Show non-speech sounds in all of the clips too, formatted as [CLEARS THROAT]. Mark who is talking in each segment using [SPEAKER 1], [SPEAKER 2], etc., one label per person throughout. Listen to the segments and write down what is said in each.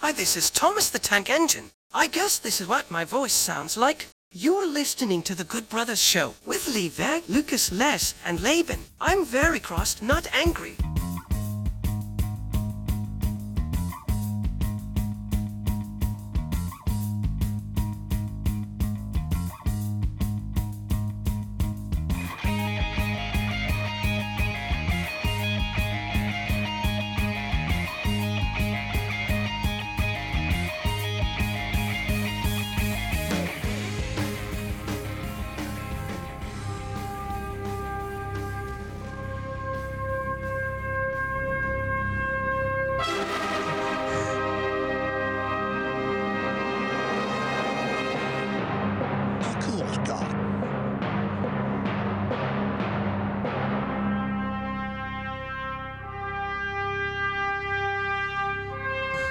[SPEAKER 1] Hi, this is Thomas the Tank Engine. I guess this is what my voice sounds like. You're listening to the Good Brothers Show with Levi, Lucas, Les, and Laban. I'm very crossed, not angry.
[SPEAKER 2] How cool is God?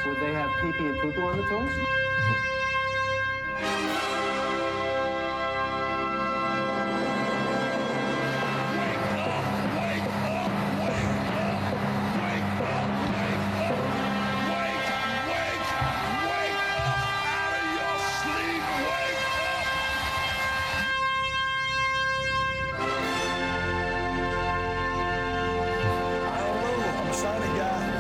[SPEAKER 3] Would they have pee pee and poo poo on the toys?
[SPEAKER 2] I don't know. I'm a Sonic guy.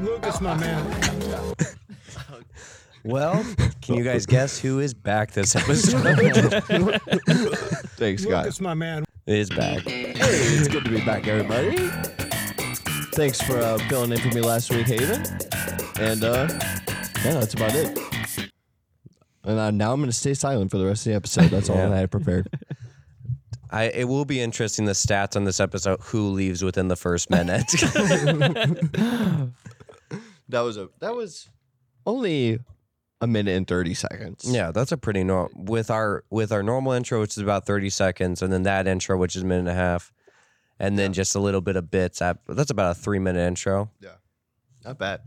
[SPEAKER 4] Lucas, my man.
[SPEAKER 5] Well, can you
[SPEAKER 6] [LAUGHS]
[SPEAKER 5] guys guess who is back this episode?
[SPEAKER 6] Thanks, guys.
[SPEAKER 4] Lucas, my man.
[SPEAKER 5] is back.
[SPEAKER 6] Hey, it's good to be back, everybody.
[SPEAKER 5] Thanks for uh, filling in for me last week, Haven.
[SPEAKER 6] And uh, yeah, that's about it. And uh, now I'm going to stay silent for the rest of the episode. That's all [LAUGHS]
[SPEAKER 5] Yeah.
[SPEAKER 6] that I had prepared.
[SPEAKER 5] I, it will be interesting the stats on this episode. Who leaves within the first
[SPEAKER 6] [LAUGHS]
[SPEAKER 5] minute?
[SPEAKER 6] That was a that was only a minute and thirty seconds.
[SPEAKER 5] yeah, that's a pretty normal with our with our normal intro, which is about thirty seconds, and then that intro, which is a minute and a half, and then just a little bit of bits. At, that's about a three minute intro.
[SPEAKER 6] not bad.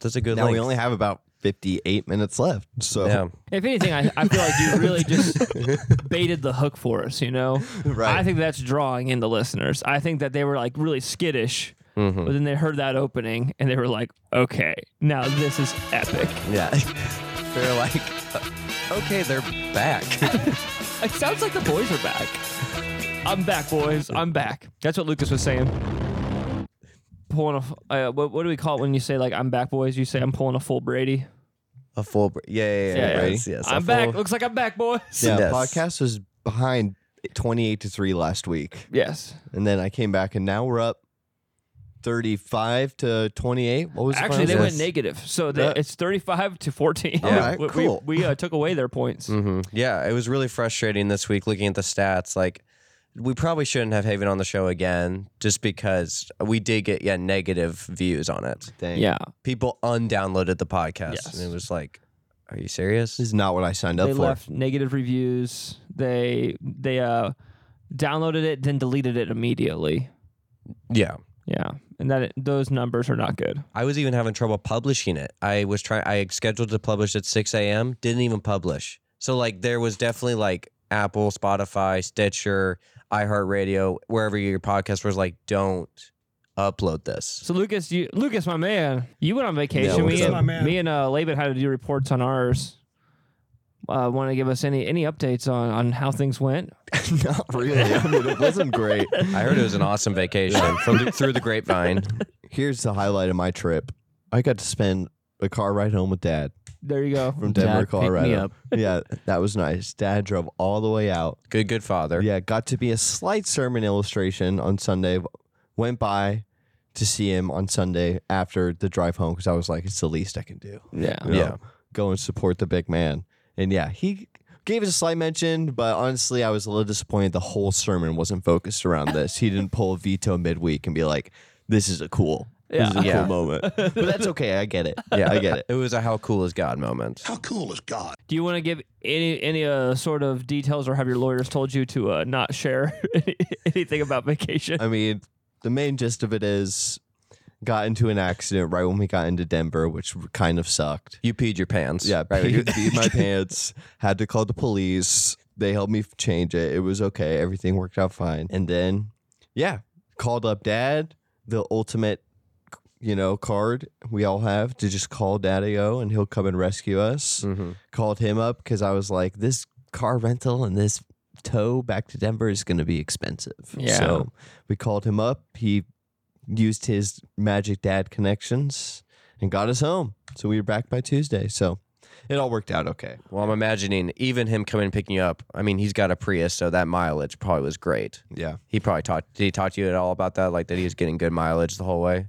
[SPEAKER 5] That's a good.
[SPEAKER 6] now we
[SPEAKER 5] length.
[SPEAKER 6] only have about fifty-eight minutes left. So
[SPEAKER 5] yeah.
[SPEAKER 7] If anything, I, I feel like you really just baited the hook for us, you know?
[SPEAKER 6] Right.
[SPEAKER 7] I think that's drawing in the listeners. I think that they were like really skittish, but then they heard that opening and they were like, okay, now this is epic.
[SPEAKER 5] Yeah. [LAUGHS] They're like, okay, they're back.
[SPEAKER 7] It sounds like the boys are back. I'm back, boys. I'm back. That's what Lucas was saying. Pulling a, uh, what, what do we call it when you say like I'm back, boys? You say I'm pulling a full Brady.
[SPEAKER 5] [LAUGHS] a full. Br- yeah, yeah, yeah.
[SPEAKER 7] Yeah, yeah.
[SPEAKER 5] right? Yes, a
[SPEAKER 7] I'm back.
[SPEAKER 5] full-
[SPEAKER 7] Looks like I'm back, boys.
[SPEAKER 6] yeah.
[SPEAKER 5] Yes.
[SPEAKER 6] Podcast was behind twenty-eight to three last week,
[SPEAKER 7] Yes.
[SPEAKER 6] and then I came back, and now we're up thirty-five to twenty-eight. What was the
[SPEAKER 7] Actually, they
[SPEAKER 6] final
[SPEAKER 7] went
[SPEAKER 6] score?
[SPEAKER 7] negative, so they,
[SPEAKER 6] That-
[SPEAKER 7] it's thirty-five to fourteen.
[SPEAKER 6] All right,
[SPEAKER 7] We- we,
[SPEAKER 6] cool. Mm-hmm.
[SPEAKER 7] We, uh, took away their points.
[SPEAKER 5] Mhm. Yeah, it was really frustrating this week looking at the stats. Like, we probably shouldn't have Haven on the show again just because we did get yeah negative views on it.
[SPEAKER 6] Dang.
[SPEAKER 7] Yeah,
[SPEAKER 5] People undownloaded the podcast,
[SPEAKER 7] Yes.
[SPEAKER 5] and it was like, "Are you serious?"
[SPEAKER 6] This is not what I signed up
[SPEAKER 7] they
[SPEAKER 6] for.
[SPEAKER 7] left negative reviews. They they uh, downloaded it, then deleted it immediately.
[SPEAKER 5] [LAUGHS] Yeah,
[SPEAKER 7] Yeah, and that those numbers are not good.
[SPEAKER 5] I was even having trouble publishing it. I was trying. I scheduled to publish at six a.m. Didn't even publish. So like, there was definitely like Apple, Spotify, Stitcher, iHeartRadio, wherever your podcast was. Like, don't upload this.
[SPEAKER 7] So Lucas, you Lucas, my man, you went on vacation.
[SPEAKER 6] what's
[SPEAKER 7] me,
[SPEAKER 6] up?
[SPEAKER 7] and,
[SPEAKER 4] My man.
[SPEAKER 7] me and uh, Laban had to do reports on ours. Uh, Want to give us any any updates on on how things went?
[SPEAKER 6] [LAUGHS] not really. I mean, it wasn't
[SPEAKER 7] [LAUGHS]
[SPEAKER 6] great.
[SPEAKER 5] I heard it was an awesome [LAUGHS] vacation from the, through the grapevine.
[SPEAKER 6] Here's the highlight of my trip. I got to spend a car ride home with dad
[SPEAKER 7] There you go.
[SPEAKER 6] from Denver,
[SPEAKER 7] Dad picked me
[SPEAKER 6] Colorado.
[SPEAKER 7] up.
[SPEAKER 6] [LAUGHS] Yeah, that was nice. Dad drove all the way out.
[SPEAKER 5] Good, good father.
[SPEAKER 6] Yeah, got to be a slight sermon illustration on Sunday. Went by to see him on Sunday after the drive home because I was like, it's the least I can do.
[SPEAKER 7] Yeah.
[SPEAKER 6] you know? Go and support the big man. And yeah, he gave us a slight mention, but honestly, I was a little disappointed the whole sermon wasn't focused around this. He didn't pull a veto midweek and be like, this is a cool
[SPEAKER 7] Yeah.
[SPEAKER 6] It was a
[SPEAKER 5] Yeah.
[SPEAKER 6] cool moment. But that's okay. I get it.
[SPEAKER 5] Yeah.
[SPEAKER 6] I get it.
[SPEAKER 5] It was a how cool is God moment.
[SPEAKER 2] How cool is God?
[SPEAKER 7] Do you want to give any any uh, sort of details, or have your lawyers told you to uh, not share [LAUGHS] any, anything about vacation?
[SPEAKER 6] I mean, the main gist of it is got into an accident right when we got into Denver, which kind of sucked.
[SPEAKER 5] You peed your pants.
[SPEAKER 6] Yeah,
[SPEAKER 5] Right.
[SPEAKER 6] peed, peed my pants. Had to call the police. They helped me f- change it. It was okay. Everything worked out fine. And then, yeah, called up dad, the ultimate, you know, card we all have to just call daddy O and he'll come and rescue us.
[SPEAKER 5] hmm
[SPEAKER 6] Called him up because I was like, this car rental and this tow back to Denver is going to be expensive.
[SPEAKER 7] Yeah.
[SPEAKER 6] So we called him up. He used his magic dad connections and got us home. So we were back by Tuesday. So it all worked out okay.
[SPEAKER 5] Well, I'm imagining even him coming and picking you up. I mean, he's got a Prius, so that mileage probably was great.
[SPEAKER 6] Yeah.
[SPEAKER 5] He probably talked. Did he talk to you at all about that? Like that he was getting good mileage the whole way.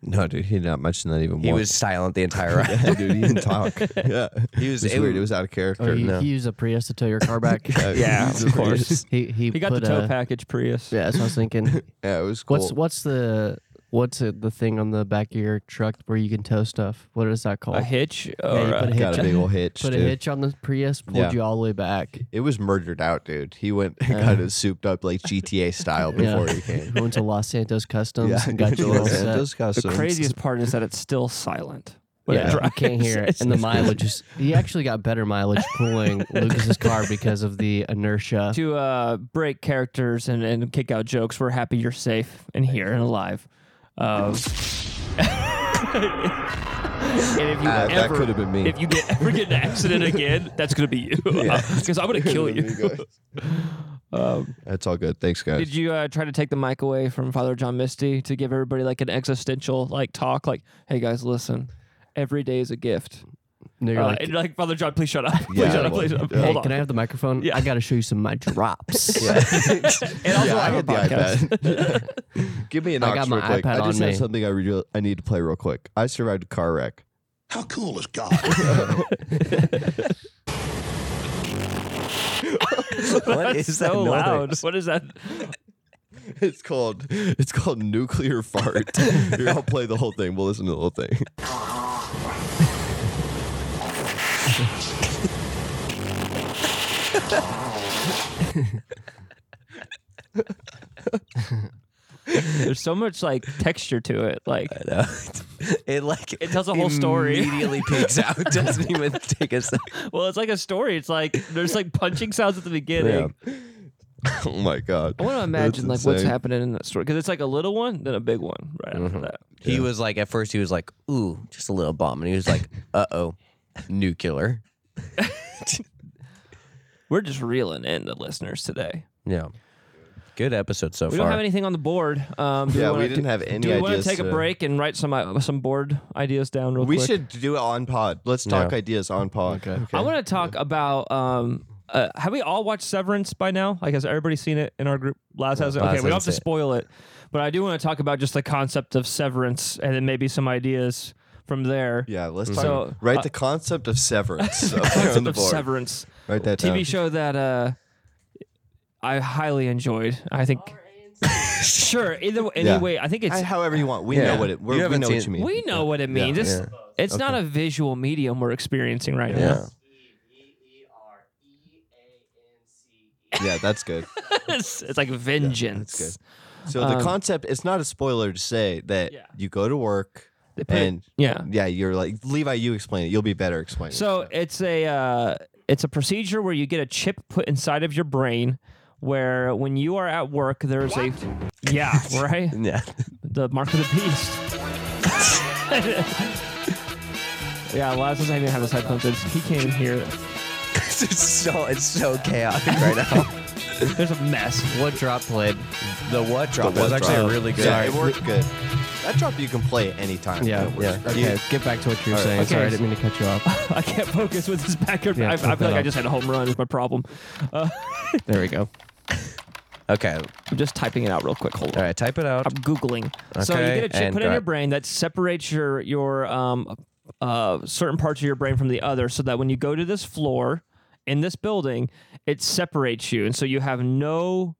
[SPEAKER 6] No, dude, he not mention that even
[SPEAKER 5] He was
[SPEAKER 6] once.
[SPEAKER 5] silent the entire ride.
[SPEAKER 6] [LAUGHS] Yeah, dude,
[SPEAKER 5] [LAUGHS]
[SPEAKER 6] he didn't talk. yeah.
[SPEAKER 5] He was.
[SPEAKER 6] It was
[SPEAKER 5] it
[SPEAKER 6] weird. It
[SPEAKER 5] was-
[SPEAKER 6] was out of
[SPEAKER 4] Oh,
[SPEAKER 6] character.
[SPEAKER 4] he,
[SPEAKER 5] no.
[SPEAKER 6] [LAUGHS]
[SPEAKER 4] he used a Prius to tow your car back.
[SPEAKER 5] [LAUGHS]
[SPEAKER 7] Yeah,
[SPEAKER 6] Jesus
[SPEAKER 7] of
[SPEAKER 6] Christ.
[SPEAKER 7] course.
[SPEAKER 4] he he,
[SPEAKER 7] He got the
[SPEAKER 4] put
[SPEAKER 7] tow
[SPEAKER 4] a-
[SPEAKER 7] package Prius.
[SPEAKER 4] Yeah, that's what I was thinking.
[SPEAKER 6] Yeah, it was [LAUGHS] cool.
[SPEAKER 4] What's what's the what's it, the thing on the back of your truck where you can tow stuff? What is that called?
[SPEAKER 7] A hitch.
[SPEAKER 4] you
[SPEAKER 7] or, uh,
[SPEAKER 4] put a
[SPEAKER 6] got a
[SPEAKER 4] hitch-
[SPEAKER 6] big old hitch.
[SPEAKER 4] Put a
[SPEAKER 6] dude.
[SPEAKER 4] hitch on the Prius, pulled
[SPEAKER 6] Yeah.
[SPEAKER 4] you all the
[SPEAKER 6] [LAUGHS]
[SPEAKER 4] way back.
[SPEAKER 6] It was murdered out, dude. He went and
[SPEAKER 4] Uh-huh.
[SPEAKER 6] got it souped up like
[SPEAKER 4] [LAUGHS]
[SPEAKER 6] GTA style
[SPEAKER 4] Yeah.
[SPEAKER 6] before he came.
[SPEAKER 4] Went to Los Santos Customs
[SPEAKER 6] Yeah,
[SPEAKER 4] and
[SPEAKER 6] [LAUGHS]
[SPEAKER 4] got you all set. [LAUGHS]
[SPEAKER 7] the craziest part is that it's still silent. when it
[SPEAKER 4] Yeah, you
[SPEAKER 7] drives.
[SPEAKER 4] can't hear it.
[SPEAKER 6] [LAUGHS]
[SPEAKER 7] It's-
[SPEAKER 4] And the mileage is he actually got better mileage pulling Lucas's car because of the inertia.
[SPEAKER 7] to uh, break characters and, and kick out jokes. We're happy you're safe and here and alive. Um, and if you
[SPEAKER 6] Uh, that
[SPEAKER 7] ever,
[SPEAKER 6] could have been me.
[SPEAKER 7] If you get, ever get in an accident again, that's gonna be you [LAUGHS] because I'm gonna kill you. Um,
[SPEAKER 6] That's all good. Thanks, guys.
[SPEAKER 7] did you uh, try to take the mic away from Father John Misty to give everybody like an existential like talk? Like, hey guys, listen. Every day is a gift.
[SPEAKER 4] And you're
[SPEAKER 7] Uh,
[SPEAKER 4] like,
[SPEAKER 7] and you're like, Father John, please shut up. Please
[SPEAKER 6] Yeah,
[SPEAKER 7] shut up.
[SPEAKER 6] well,
[SPEAKER 7] Please shut up.
[SPEAKER 6] yeah.
[SPEAKER 4] hey,
[SPEAKER 7] Hold on.
[SPEAKER 4] can I have the microphone?
[SPEAKER 7] Yeah.
[SPEAKER 4] I got to show you some of
[SPEAKER 6] [LAUGHS]
[SPEAKER 4] my drops.
[SPEAKER 7] [LAUGHS] and also,
[SPEAKER 6] Yeah,
[SPEAKER 7] I
[SPEAKER 6] I
[SPEAKER 7] have a
[SPEAKER 6] had the
[SPEAKER 7] podcast.
[SPEAKER 6] [LAUGHS] iPad. Give me an
[SPEAKER 4] I
[SPEAKER 6] ox
[SPEAKER 4] got
[SPEAKER 6] real
[SPEAKER 4] my
[SPEAKER 6] quick.
[SPEAKER 4] iPad
[SPEAKER 6] I just
[SPEAKER 4] on
[SPEAKER 6] have
[SPEAKER 4] me.
[SPEAKER 6] something I, re- I need to play real quick. I survived a car wreck.
[SPEAKER 2] How cool is God?
[SPEAKER 5] what
[SPEAKER 7] [LAUGHS] That's
[SPEAKER 5] is that
[SPEAKER 7] so
[SPEAKER 5] noise?
[SPEAKER 7] loud. What is that?
[SPEAKER 6] It's called it's called nuclear
[SPEAKER 7] [LAUGHS]
[SPEAKER 6] fart. Here, I'll play the whole thing. We'll listen to the whole thing. [LAUGHS]
[SPEAKER 7] There's so much like texture to it. Like
[SPEAKER 5] No. [LAUGHS] It like
[SPEAKER 7] It tells a whole
[SPEAKER 5] [LAUGHS]
[SPEAKER 7] story.
[SPEAKER 5] Immediately peaks out. Doesn't even take us.
[SPEAKER 7] well, it's like a story. It's like there's like punching sounds at the beginning.
[SPEAKER 6] Oh my god.
[SPEAKER 7] I want to
[SPEAKER 6] That's
[SPEAKER 7] imagine like what's
[SPEAKER 6] insane.
[SPEAKER 7] happening in that story because it's like a little one, then a big one right after that.
[SPEAKER 5] He was like at first he was like ooh just a little bomb and he was like uh oh nuclear
[SPEAKER 7] We're just reeling in the listeners today.
[SPEAKER 5] yeah good episode so
[SPEAKER 7] We
[SPEAKER 5] far
[SPEAKER 7] don't have anything on the board. Um, do
[SPEAKER 6] Yeah,
[SPEAKER 7] wanna
[SPEAKER 6] we didn't
[SPEAKER 7] do-
[SPEAKER 6] have any
[SPEAKER 7] Do we wanna
[SPEAKER 6] ideas
[SPEAKER 7] take a
[SPEAKER 6] today.
[SPEAKER 7] break and write some uh, some board ideas down real
[SPEAKER 6] We
[SPEAKER 7] quick?
[SPEAKER 6] should do it on pod. Let's talk ideas on pod. Okay.
[SPEAKER 7] I want to talk about. Um, uh, have we all watched Severance by now? Like, has everybody seen it in our group? Last hasn't.
[SPEAKER 5] Laz
[SPEAKER 7] Okay, we don't have
[SPEAKER 5] hasn't
[SPEAKER 7] to
[SPEAKER 5] seen it.
[SPEAKER 7] spoil it, but I do want to talk about just the concept of severance and then maybe some ideas from there. [LAUGHS]
[SPEAKER 6] Yeah, let's talk.
[SPEAKER 7] So,
[SPEAKER 6] write
[SPEAKER 7] uh,
[SPEAKER 6] the concept of
[SPEAKER 7] [LAUGHS]
[SPEAKER 6] severance. up there [LAUGHS] on
[SPEAKER 7] Concept
[SPEAKER 6] the
[SPEAKER 7] of
[SPEAKER 6] board.
[SPEAKER 7] severance.
[SPEAKER 6] Write that
[SPEAKER 7] TV
[SPEAKER 6] down.
[SPEAKER 7] show that uh, I highly enjoyed. I think. [LAUGHS] sure. Either way,
[SPEAKER 6] Yeah.
[SPEAKER 7] anyway, I think it's.
[SPEAKER 6] I- however you want. We
[SPEAKER 5] Yeah.
[SPEAKER 6] know what it.
[SPEAKER 5] You
[SPEAKER 6] We're, we
[SPEAKER 5] haven't
[SPEAKER 6] know
[SPEAKER 5] seen
[SPEAKER 6] what
[SPEAKER 5] it.
[SPEAKER 6] you mean.
[SPEAKER 7] we know what it means. It's, it's not a visual medium we're experiencing right now. [LAUGHS]
[SPEAKER 5] yeah
[SPEAKER 6] yeah, that's good.
[SPEAKER 7] it's, it's like vengeance.
[SPEAKER 6] good. So the concept it's not a spoiler to say that
[SPEAKER 7] Yeah.
[SPEAKER 6] you go to work
[SPEAKER 7] put it-
[SPEAKER 6] and
[SPEAKER 7] yeah.
[SPEAKER 6] yeah, you're like Levi. You explain it. You'll be better explaining. it.
[SPEAKER 7] So it's a uh, it's a procedure where you get a chip put inside of your brain, where when you are at work, there is a [LAUGHS] yeah right
[SPEAKER 5] yeah
[SPEAKER 7] the mark of the beast. [LAUGHS] yeah, Laz doesn't even have his headphones in. He can't even hear it.
[SPEAKER 5] [LAUGHS] it's so it's so chaotic right
[SPEAKER 4] [LAUGHS]
[SPEAKER 5] now
[SPEAKER 7] There's a mess. [LAUGHS]
[SPEAKER 4] what drop played?
[SPEAKER 5] the what drop
[SPEAKER 6] what
[SPEAKER 5] was actually
[SPEAKER 6] drop.
[SPEAKER 5] a really good
[SPEAKER 6] yeah, it worked good. That drop you can play at any time.
[SPEAKER 4] Yeah,
[SPEAKER 6] It works.
[SPEAKER 5] yeah
[SPEAKER 4] Okay, get back to what you were
[SPEAKER 6] All right.
[SPEAKER 4] saying.
[SPEAKER 7] Okay.
[SPEAKER 4] Sorry, I didn't mean to cut you off.
[SPEAKER 7] I can't focus with this back. and
[SPEAKER 4] Yeah,
[SPEAKER 7] I, I
[SPEAKER 4] flip
[SPEAKER 7] feel
[SPEAKER 4] that
[SPEAKER 7] like I
[SPEAKER 4] up.
[SPEAKER 7] just had a home run. Is my problem. Uh,
[SPEAKER 4] There we go.
[SPEAKER 5] okay
[SPEAKER 7] I'm just typing it out real quick. Hold on.
[SPEAKER 5] all right type it out
[SPEAKER 7] I'm googling. so you
[SPEAKER 5] Okay,
[SPEAKER 7] get a chip
[SPEAKER 5] and
[SPEAKER 7] put in
[SPEAKER 5] got-
[SPEAKER 7] your brain that separates your your um uh certain parts of your brain from the other, so that when you go to this floor in this building, it separates you, and so you have no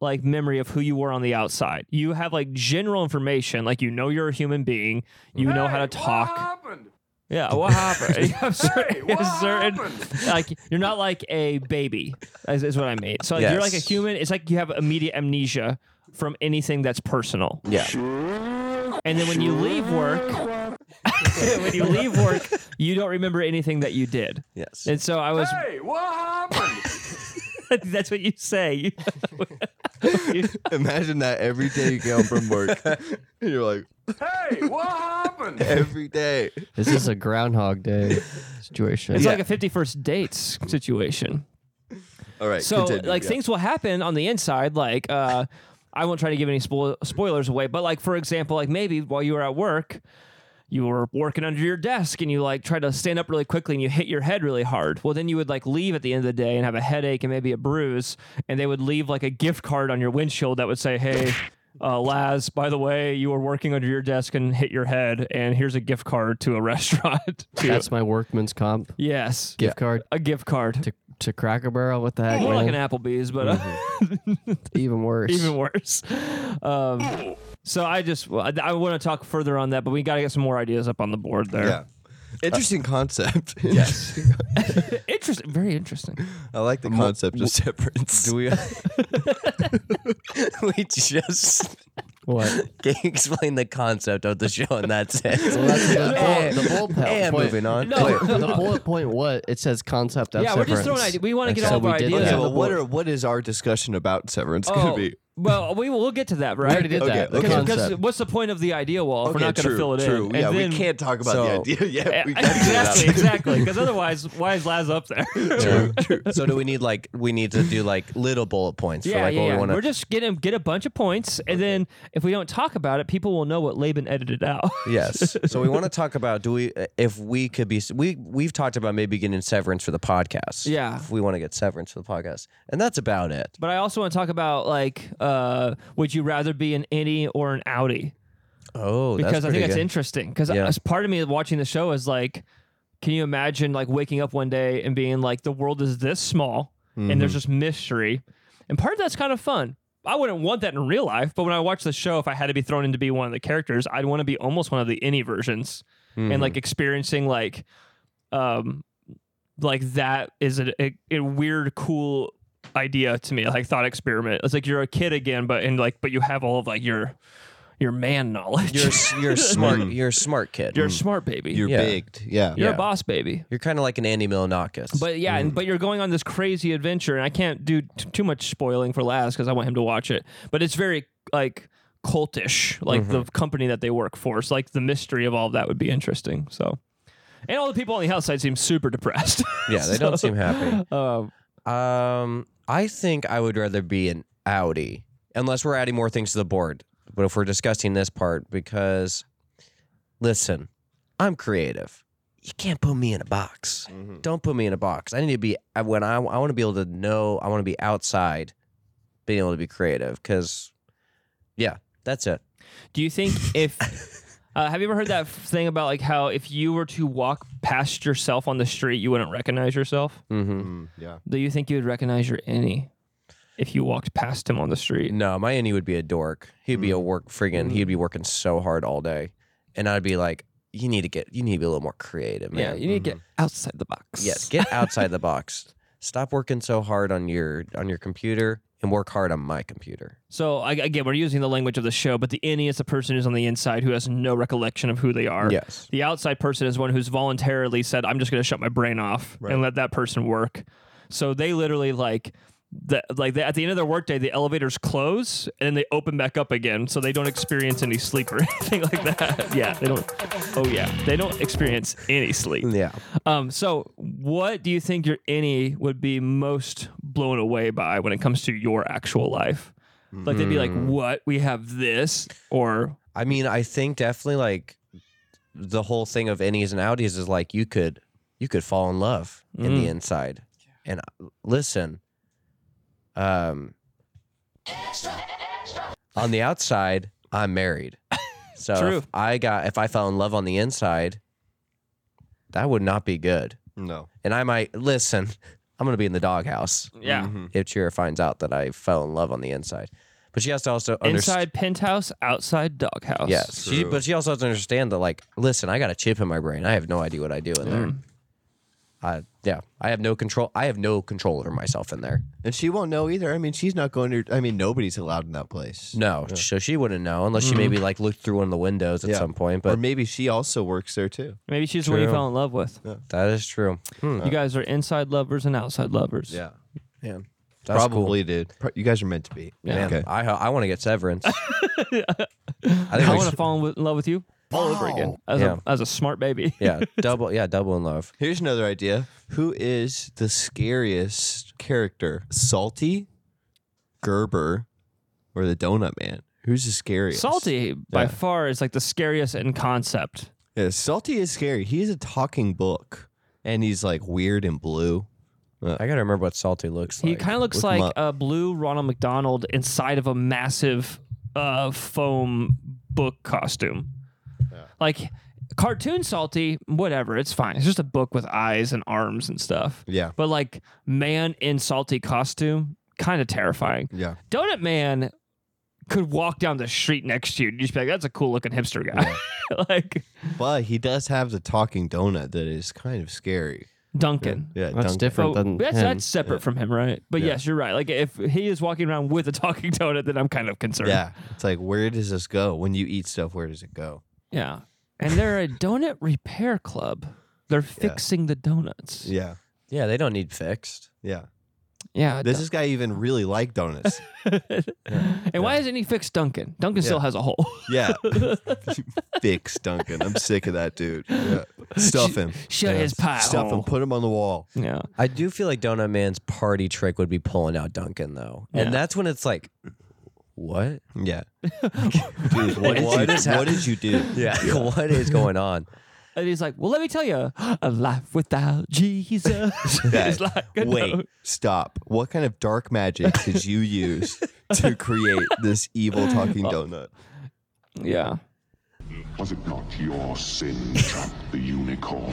[SPEAKER 7] like memory of who you were on the outside. You have like general information, like you know you're a human being, you know how to talk. [LAUGHS] Yeah, what happened? You have certain, certain- like you're not like a baby, is, is what I mean. So like, you're like a
[SPEAKER 5] Yes.
[SPEAKER 7] human. It's like you have immediate amnesia from anything that's personal.
[SPEAKER 5] Yeah.
[SPEAKER 7] And then when you leave work, [LAUGHS] when you leave work, you don't remember anything that you did.
[SPEAKER 5] Yes.
[SPEAKER 7] And so I was. [LAUGHS] that's what you say. [LAUGHS] You-
[SPEAKER 6] [LAUGHS] Imagine that every day you get home from work. [LAUGHS] You're like, hey, what happened? [LAUGHS] Every day.
[SPEAKER 4] This is a Groundhog [LAUGHS] Day situation.
[SPEAKER 7] It's like a 51st dates situation.
[SPEAKER 6] All right.
[SPEAKER 7] So
[SPEAKER 6] continue,
[SPEAKER 7] like
[SPEAKER 6] yeah.
[SPEAKER 7] things will happen on the inside. Like uh, I won't try to give any spoil- spoilers away, but like for example, like maybe while you were at work, you were working under your desk and you like try to stand up really quickly and you hit your head really hard. Well, then you would like leave at the end of the day and have a headache and maybe a bruise, and they would leave like a gift card on your windshield that would say, "Hey." Uh, Laz, by the way, you were working under your desk and hit your head, and here's a gift card to a [LAUGHS] restaurant. To-
[SPEAKER 4] That's my workman's comp
[SPEAKER 7] yes,
[SPEAKER 4] gift card
[SPEAKER 7] a gift card.
[SPEAKER 4] to, to Cracker Barrel. What the
[SPEAKER 7] [LAUGHS]
[SPEAKER 4] heck?
[SPEAKER 7] More Oh, like an
[SPEAKER 4] man?
[SPEAKER 7] Applebee's, but uh,
[SPEAKER 4] Mm-hmm. even
[SPEAKER 7] [LAUGHS]
[SPEAKER 4] worse.
[SPEAKER 7] even worse. Um, so I just well, I, I want to talk further on that, but we got to get some more ideas up on the board there.
[SPEAKER 6] Yeah. Interesting concept. Yes.
[SPEAKER 7] Interesting, very interesting.
[SPEAKER 6] I like [LAUGHS] the concept of severance.
[SPEAKER 5] Do we? [LAUGHS] we just [LAUGHS]
[SPEAKER 4] What?
[SPEAKER 5] can you explain the concept of the show, and that's it. [LAUGHS]
[SPEAKER 4] That's the,
[SPEAKER 5] and
[SPEAKER 4] the bullet point.
[SPEAKER 5] and moving on.
[SPEAKER 7] No.
[SPEAKER 5] Wait,
[SPEAKER 4] the bullet point. What it says concept. Of
[SPEAKER 7] Yeah, we're just
[SPEAKER 4] severance.
[SPEAKER 7] throwing ide- we wanna
[SPEAKER 4] And
[SPEAKER 7] get
[SPEAKER 4] so
[SPEAKER 7] all of
[SPEAKER 4] we
[SPEAKER 7] our
[SPEAKER 4] did
[SPEAKER 7] ideas
[SPEAKER 4] that.
[SPEAKER 7] Yeah,
[SPEAKER 6] Okay,
[SPEAKER 7] on
[SPEAKER 6] well,
[SPEAKER 7] the
[SPEAKER 6] what are what is our discussion about severance
[SPEAKER 7] Oh,
[SPEAKER 6] gonna be?
[SPEAKER 7] Well, we will get to that, right?
[SPEAKER 4] already did
[SPEAKER 6] Okay,
[SPEAKER 4] that.
[SPEAKER 6] okay.
[SPEAKER 4] The
[SPEAKER 7] Because
[SPEAKER 4] concept.
[SPEAKER 7] what's the point of the idea wall if we're
[SPEAKER 6] Okay,
[SPEAKER 7] not going to
[SPEAKER 6] true,
[SPEAKER 7] fill it
[SPEAKER 6] true.
[SPEAKER 7] in?
[SPEAKER 6] Yeah,
[SPEAKER 7] And
[SPEAKER 6] we
[SPEAKER 7] then-
[SPEAKER 6] can't talk about
[SPEAKER 7] Oh.
[SPEAKER 5] so-
[SPEAKER 7] [LAUGHS]
[SPEAKER 6] the idea. [LAUGHS] Yeah, we gotta get it out.
[SPEAKER 7] exactly,
[SPEAKER 6] [LAUGHS]
[SPEAKER 7] exactly. Because otherwise, why is Laz up there?
[SPEAKER 5] so do we need like we need to do like little bullet points for
[SPEAKER 7] Yeah,
[SPEAKER 5] like
[SPEAKER 7] yeah,
[SPEAKER 5] what
[SPEAKER 7] yeah.
[SPEAKER 5] we want
[SPEAKER 7] We're
[SPEAKER 5] to?
[SPEAKER 7] just getting get a bunch of points, and then if we don't talk about it, people will know what Laban edited out. [LAUGHS]
[SPEAKER 5] Yes. So we want to talk about do we uh, if we could be we we've talked about maybe getting severance for the podcast.
[SPEAKER 7] Yeah.
[SPEAKER 5] If we want to get severance for the podcast, and that's about it.
[SPEAKER 7] But I also want to talk about like, uh, would you rather be an innie or an outie?
[SPEAKER 5] Oh,
[SPEAKER 7] because
[SPEAKER 5] that's
[SPEAKER 7] I think
[SPEAKER 5] pretty
[SPEAKER 7] that's
[SPEAKER 5] good.
[SPEAKER 7] interesting. Because
[SPEAKER 5] Yeah.
[SPEAKER 7] part of me watching the show is like, can you imagine like waking up one day and being like, the world is this small and
[SPEAKER 5] Mm-hmm.
[SPEAKER 7] there's just mystery, and part of that's kind of fun. I wouldn't want that in real life, but when I watch the show, if I had to be thrown in to be one of the characters, I'd want to be almost one of the any versions and
[SPEAKER 5] Mm-hmm.
[SPEAKER 7] like experiencing like, um, like that is a, a, a weird, cool idea to me, like thought experiment. It's like you're a kid again, but and like, but you have all of like your your man knowledge.
[SPEAKER 5] You're s-
[SPEAKER 7] [LAUGHS]
[SPEAKER 5] you're smart. You're a smart kid.
[SPEAKER 7] You're a smart baby.
[SPEAKER 6] You're
[SPEAKER 7] You're,
[SPEAKER 5] Mm. Hmm. Yeah. Hmm.
[SPEAKER 6] bigged. Yeah.
[SPEAKER 7] a boss baby.
[SPEAKER 5] You're kind of like an Andy Milonakis.
[SPEAKER 7] But yeah, and, but you're going on this crazy adventure, and I can't do t- too much spoiling for Laz because I want him to watch it. But it's very like cultish, like
[SPEAKER 5] Mm-hmm.
[SPEAKER 7] the company that they work for. So like the mystery of all of that would be interesting. So, and all the people on the outside seem super depressed. [LAUGHS]
[SPEAKER 5] yeah, they don't
[SPEAKER 7] So,
[SPEAKER 5] seem happy.
[SPEAKER 7] Um,
[SPEAKER 5] Um, I think I would rather be an Audi, unless we're adding more things to the board. But if we're discussing this part, because listen, I'm creative. You can't put me in a box. Don't put me in a box. I need to be I- when I I want to be able to know. I want to be outside, being able to be creative. Because, yeah, that's it.
[SPEAKER 7] do you think
[SPEAKER 5] [LAUGHS]
[SPEAKER 7] if uh, have you ever heard that thing about like how if you were to walk past yourself on the street, you wouldn't recognize yourself?
[SPEAKER 5] Mm-hmm.
[SPEAKER 6] Mm, yeah.
[SPEAKER 7] Do you think you would recognize your any if you walked past him on the street?
[SPEAKER 5] No, my Andy would be a dork. He'd be a work friggin'. He'd be working so hard all day, and I'd be like, "You need to get. You need to be a little more creative, man. Mm-hmm.
[SPEAKER 7] need to get outside the box. [LAUGHS]
[SPEAKER 5] yes, get outside the box. Stop working so hard on your on your computer and work hard on my computer.
[SPEAKER 7] So I, again, we're using the language of the show, but the any is the person who's on the inside who has no recollection of who they are.
[SPEAKER 5] Yes,
[SPEAKER 7] The outside person is one who's voluntarily said, "I'm just going to shut my brain off and let that person work." So they literally like. The, like they, at the end of their workday, the elevators close and then they open back up again, so they don't experience any sleep or [LAUGHS] anything like that. Yeah, they don't. Oh yeah, they don't experience any sleep.
[SPEAKER 5] yeah.
[SPEAKER 7] Um, so what do you think your any would be most blown away by when it comes to your actual life? Like they'd be like,
[SPEAKER 5] Hmm.
[SPEAKER 7] "What? We have this?" Or
[SPEAKER 5] I mean, I think definitely like the whole thing of innies and outies is like you could you could fall in love in
[SPEAKER 7] Mm.
[SPEAKER 5] the inside. And uh, listen, um, on the outside, I'm
[SPEAKER 7] [LAUGHS]
[SPEAKER 5] married. So
[SPEAKER 7] True.
[SPEAKER 5] if I got if I fell in love on the inside, that would not be good.
[SPEAKER 6] No.
[SPEAKER 5] And I might listen. [LAUGHS] I'm gonna be in the doghouse.
[SPEAKER 7] Yeah.
[SPEAKER 5] If Chira finds out that I fell in love on the inside, but she has to also understand.
[SPEAKER 7] Inside penthouse, outside doghouse.
[SPEAKER 5] Yes, she,
[SPEAKER 6] True.
[SPEAKER 5] but she also has to understand that, like, listen, I got a chip in my brain. I have no idea what I do in there.
[SPEAKER 6] Mm.
[SPEAKER 5] I, yeah, I have no control. I have no control over myself in there.
[SPEAKER 6] And she won't know either. I mean, she's not going to. I mean, nobody's allowed in that place.
[SPEAKER 5] No, so she wouldn't know unless she maybe like looked through one of the windows at
[SPEAKER 6] Mm-hmm. Yeah.
[SPEAKER 5] some point.
[SPEAKER 6] or
[SPEAKER 5] But
[SPEAKER 6] maybe she also works there too.
[SPEAKER 7] Maybe she's the one you
[SPEAKER 5] True.
[SPEAKER 7] fell in love with.
[SPEAKER 5] that is true. Hmm.
[SPEAKER 7] You guys are inside lovers and outside lovers.
[SPEAKER 5] Yeah, That's cool.
[SPEAKER 6] probably dude. Pro- You guys are meant to be.
[SPEAKER 5] Man,
[SPEAKER 6] Okay.
[SPEAKER 5] I ho- I want to get
[SPEAKER 6] [LAUGHS]
[SPEAKER 5] severance. I think
[SPEAKER 7] I
[SPEAKER 5] we should- Oh.
[SPEAKER 7] want to fall in with- in love with you all over again as,
[SPEAKER 5] Yeah.
[SPEAKER 7] a, as a smart baby.
[SPEAKER 5] yeah, double yeah, double in love.
[SPEAKER 6] Here's another idea. Who is the scariest character? Salty, Gerber, or the Donut Man? Who's the scariest?
[SPEAKER 7] [LAUGHS] Salty by
[SPEAKER 6] Yeah.
[SPEAKER 7] far is like the scariest in concept.
[SPEAKER 6] Yeah, Salty is scary. He's a talking book, and he's like weird and blue.
[SPEAKER 5] I gotta remember what salty looks like.
[SPEAKER 7] He kind of looks
[SPEAKER 6] look him
[SPEAKER 7] like
[SPEAKER 6] up.
[SPEAKER 7] a blue Ronald McDonald inside of a massive uh, foam book costume. Like cartoon salty, whatever, it's fine. It's just a book with eyes and arms and stuff.
[SPEAKER 6] Yeah.
[SPEAKER 7] But like man in salty costume, kind of terrifying.
[SPEAKER 6] Yeah.
[SPEAKER 7] Donut Man could walk down the street next to you and you'd just be like, that's a cool looking hipster guy. [LAUGHS] like
[SPEAKER 6] But he does have the talking donut that is kind of scary.
[SPEAKER 7] Duncan.
[SPEAKER 6] Yeah,
[SPEAKER 4] Oh, That's
[SPEAKER 6] Duncan.
[SPEAKER 4] different
[SPEAKER 7] But
[SPEAKER 4] than
[SPEAKER 7] that's,
[SPEAKER 4] him.
[SPEAKER 7] that's separate from him, right? But
[SPEAKER 6] Yeah.
[SPEAKER 7] yes, you're right. Like if he is walking around with a talking donut, then I'm kind of concerned.
[SPEAKER 6] Yeah. It's like, where does this go? When you eat stuff, where does it go?
[SPEAKER 7] Yeah. And they're a donut repair club. They're fixing the donuts. Yeah.
[SPEAKER 6] Yeah.
[SPEAKER 5] yeah, they don't need fixed.
[SPEAKER 6] Yeah. Does
[SPEAKER 7] this
[SPEAKER 6] this guy even really
[SPEAKER 5] [LAUGHS]
[SPEAKER 6] like donuts?
[SPEAKER 7] and why doesn't he fix Duncan? Duncan still has a hole. [LAUGHS]
[SPEAKER 5] [LAUGHS]
[SPEAKER 6] Yeah. Fix Duncan. I'm sick of that dude. Yeah. Stuff him.
[SPEAKER 7] Shut his pie
[SPEAKER 6] Stuff
[SPEAKER 7] hole.
[SPEAKER 6] him. Put him on the wall.
[SPEAKER 7] yeah.
[SPEAKER 5] I do feel like Donut Man's party trick would be pulling out Duncan though,
[SPEAKER 7] Yeah.
[SPEAKER 5] and that's when it's like, what?
[SPEAKER 6] Yeah.
[SPEAKER 5] [LAUGHS]
[SPEAKER 6] Dude, what, did
[SPEAKER 5] What
[SPEAKER 6] you,
[SPEAKER 5] is
[SPEAKER 6] what did you do?
[SPEAKER 5] [LAUGHS] Yeah, what is going on?
[SPEAKER 7] And he's like, well, let me tell you, a life without Jesus
[SPEAKER 6] [LAUGHS]
[SPEAKER 7] [LAUGHS] is like a
[SPEAKER 6] Wait.
[SPEAKER 7] donut."
[SPEAKER 6] Stop. What kind of dark magic did you use
[SPEAKER 7] [LAUGHS]
[SPEAKER 6] to create this evil
[SPEAKER 7] Oh.
[SPEAKER 6] talking donut?
[SPEAKER 7] Yeah.
[SPEAKER 2] Was it not your sin trapped the unicorn?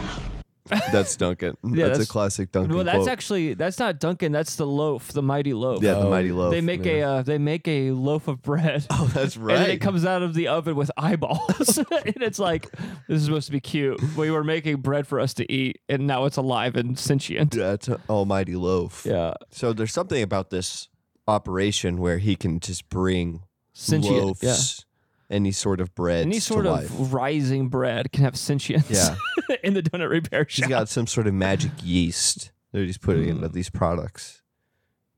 [SPEAKER 6] That's
[SPEAKER 7] [LAUGHS]
[SPEAKER 6] Duncan. that's,
[SPEAKER 7] that's-
[SPEAKER 6] a classic Duncan.
[SPEAKER 7] Well, that's
[SPEAKER 6] quote.
[SPEAKER 7] actually that's not Duncan. That's the loaf, the mighty loaf.
[SPEAKER 6] Yeah, the mighty loaf.
[SPEAKER 7] They make a uh, they make a loaf of bread.
[SPEAKER 6] Oh, [LAUGHS] that's right.
[SPEAKER 7] And then it comes out of the oven with eyeballs, [LAUGHS] and it's like this is supposed to be cute. We were making bread for us to eat, and now it's alive and sentient.
[SPEAKER 6] That's an almighty loaf.
[SPEAKER 7] Yeah,
[SPEAKER 6] So there's something about this operation where he can just bring
[SPEAKER 7] sentient.
[SPEAKER 6] loaves,
[SPEAKER 7] Yeah.
[SPEAKER 6] any sort of bread,
[SPEAKER 7] Any sort
[SPEAKER 6] to
[SPEAKER 7] of
[SPEAKER 6] life.
[SPEAKER 7] rising bread can have sentience.
[SPEAKER 6] Yeah.
[SPEAKER 7] [LAUGHS] in the donut repair
[SPEAKER 6] He's
[SPEAKER 7] [LAUGHS] shop.
[SPEAKER 6] got some sort of magic yeast that he's putting into these products.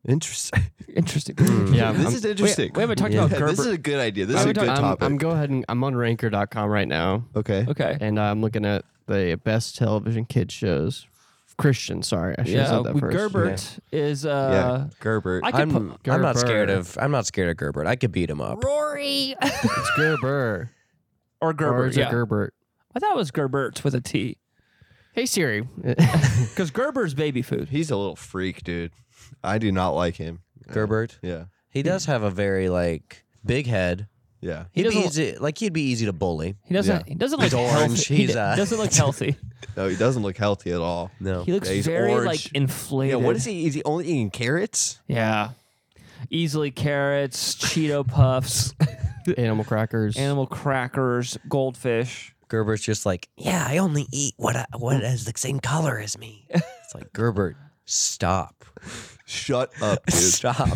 [SPEAKER 6] Interesting.
[SPEAKER 7] Interesting.
[SPEAKER 4] Yeah,
[SPEAKER 6] this
[SPEAKER 4] I'm-
[SPEAKER 6] is interesting.
[SPEAKER 7] we haven't talked
[SPEAKER 6] Yeah,
[SPEAKER 7] about
[SPEAKER 6] This is
[SPEAKER 7] Gerber-
[SPEAKER 6] a good idea. This is
[SPEAKER 7] haven't
[SPEAKER 6] a good
[SPEAKER 7] talked-
[SPEAKER 4] I'm,
[SPEAKER 6] topic.
[SPEAKER 4] I'm go ahead and I'm on ranker.com right now
[SPEAKER 6] okay.
[SPEAKER 7] Okay.
[SPEAKER 4] and I'm looking at the best television kids shows. Christian, sorry. I should have
[SPEAKER 7] yeah,
[SPEAKER 4] said that
[SPEAKER 7] we-
[SPEAKER 4] first.
[SPEAKER 7] Gerbert is
[SPEAKER 6] yeah.
[SPEAKER 7] uh
[SPEAKER 6] Gerber.
[SPEAKER 7] I could
[SPEAKER 5] I'm,
[SPEAKER 7] put,
[SPEAKER 5] I'm not scared
[SPEAKER 4] Gerber.
[SPEAKER 5] of I'm not scared of Gerbert. I could beat him up.
[SPEAKER 7] Rory
[SPEAKER 4] It's Gerber.
[SPEAKER 7] or
[SPEAKER 4] or
[SPEAKER 7] Gerber.
[SPEAKER 4] is it
[SPEAKER 7] yeah.
[SPEAKER 4] Gerbert?
[SPEAKER 7] I thought it was Gerbert with a T
[SPEAKER 4] Hey Siri.
[SPEAKER 7] [LAUGHS]
[SPEAKER 4] [LAUGHS]
[SPEAKER 7] because Gerber's baby food.
[SPEAKER 6] He's a little freak, dude. I do not like him.
[SPEAKER 5] Gerbert.
[SPEAKER 6] Yeah.
[SPEAKER 5] He does have a very like big head.
[SPEAKER 6] Yeah.
[SPEAKER 5] He'd be
[SPEAKER 7] doesn't-
[SPEAKER 5] easy, like he'd be easy to bully.
[SPEAKER 7] He doesn't.
[SPEAKER 6] Yeah.
[SPEAKER 7] He doesn't look
[SPEAKER 5] He's orange.
[SPEAKER 7] healthy. He
[SPEAKER 5] He's, uh,
[SPEAKER 7] doesn't look
[SPEAKER 6] [LAUGHS]
[SPEAKER 7] healthy.
[SPEAKER 6] No, he doesn't look healthy at all.
[SPEAKER 5] No,
[SPEAKER 7] He looks
[SPEAKER 6] Yeah, he's
[SPEAKER 7] very
[SPEAKER 6] orange.
[SPEAKER 7] like inflated.
[SPEAKER 6] Yeah. What is he? Is he only eating carrots?
[SPEAKER 7] Yeah, easily carrots, [LAUGHS] Cheeto puffs,
[SPEAKER 4] Animal crackers.
[SPEAKER 7] animal crackers, goldfish.
[SPEAKER 5] Gerbert's just like, yeah, I only eat what I, what is the same color as me. It's like Gerbert, stop,
[SPEAKER 6] Shut
[SPEAKER 5] [LAUGHS]
[SPEAKER 6] up, dude.
[SPEAKER 5] stop.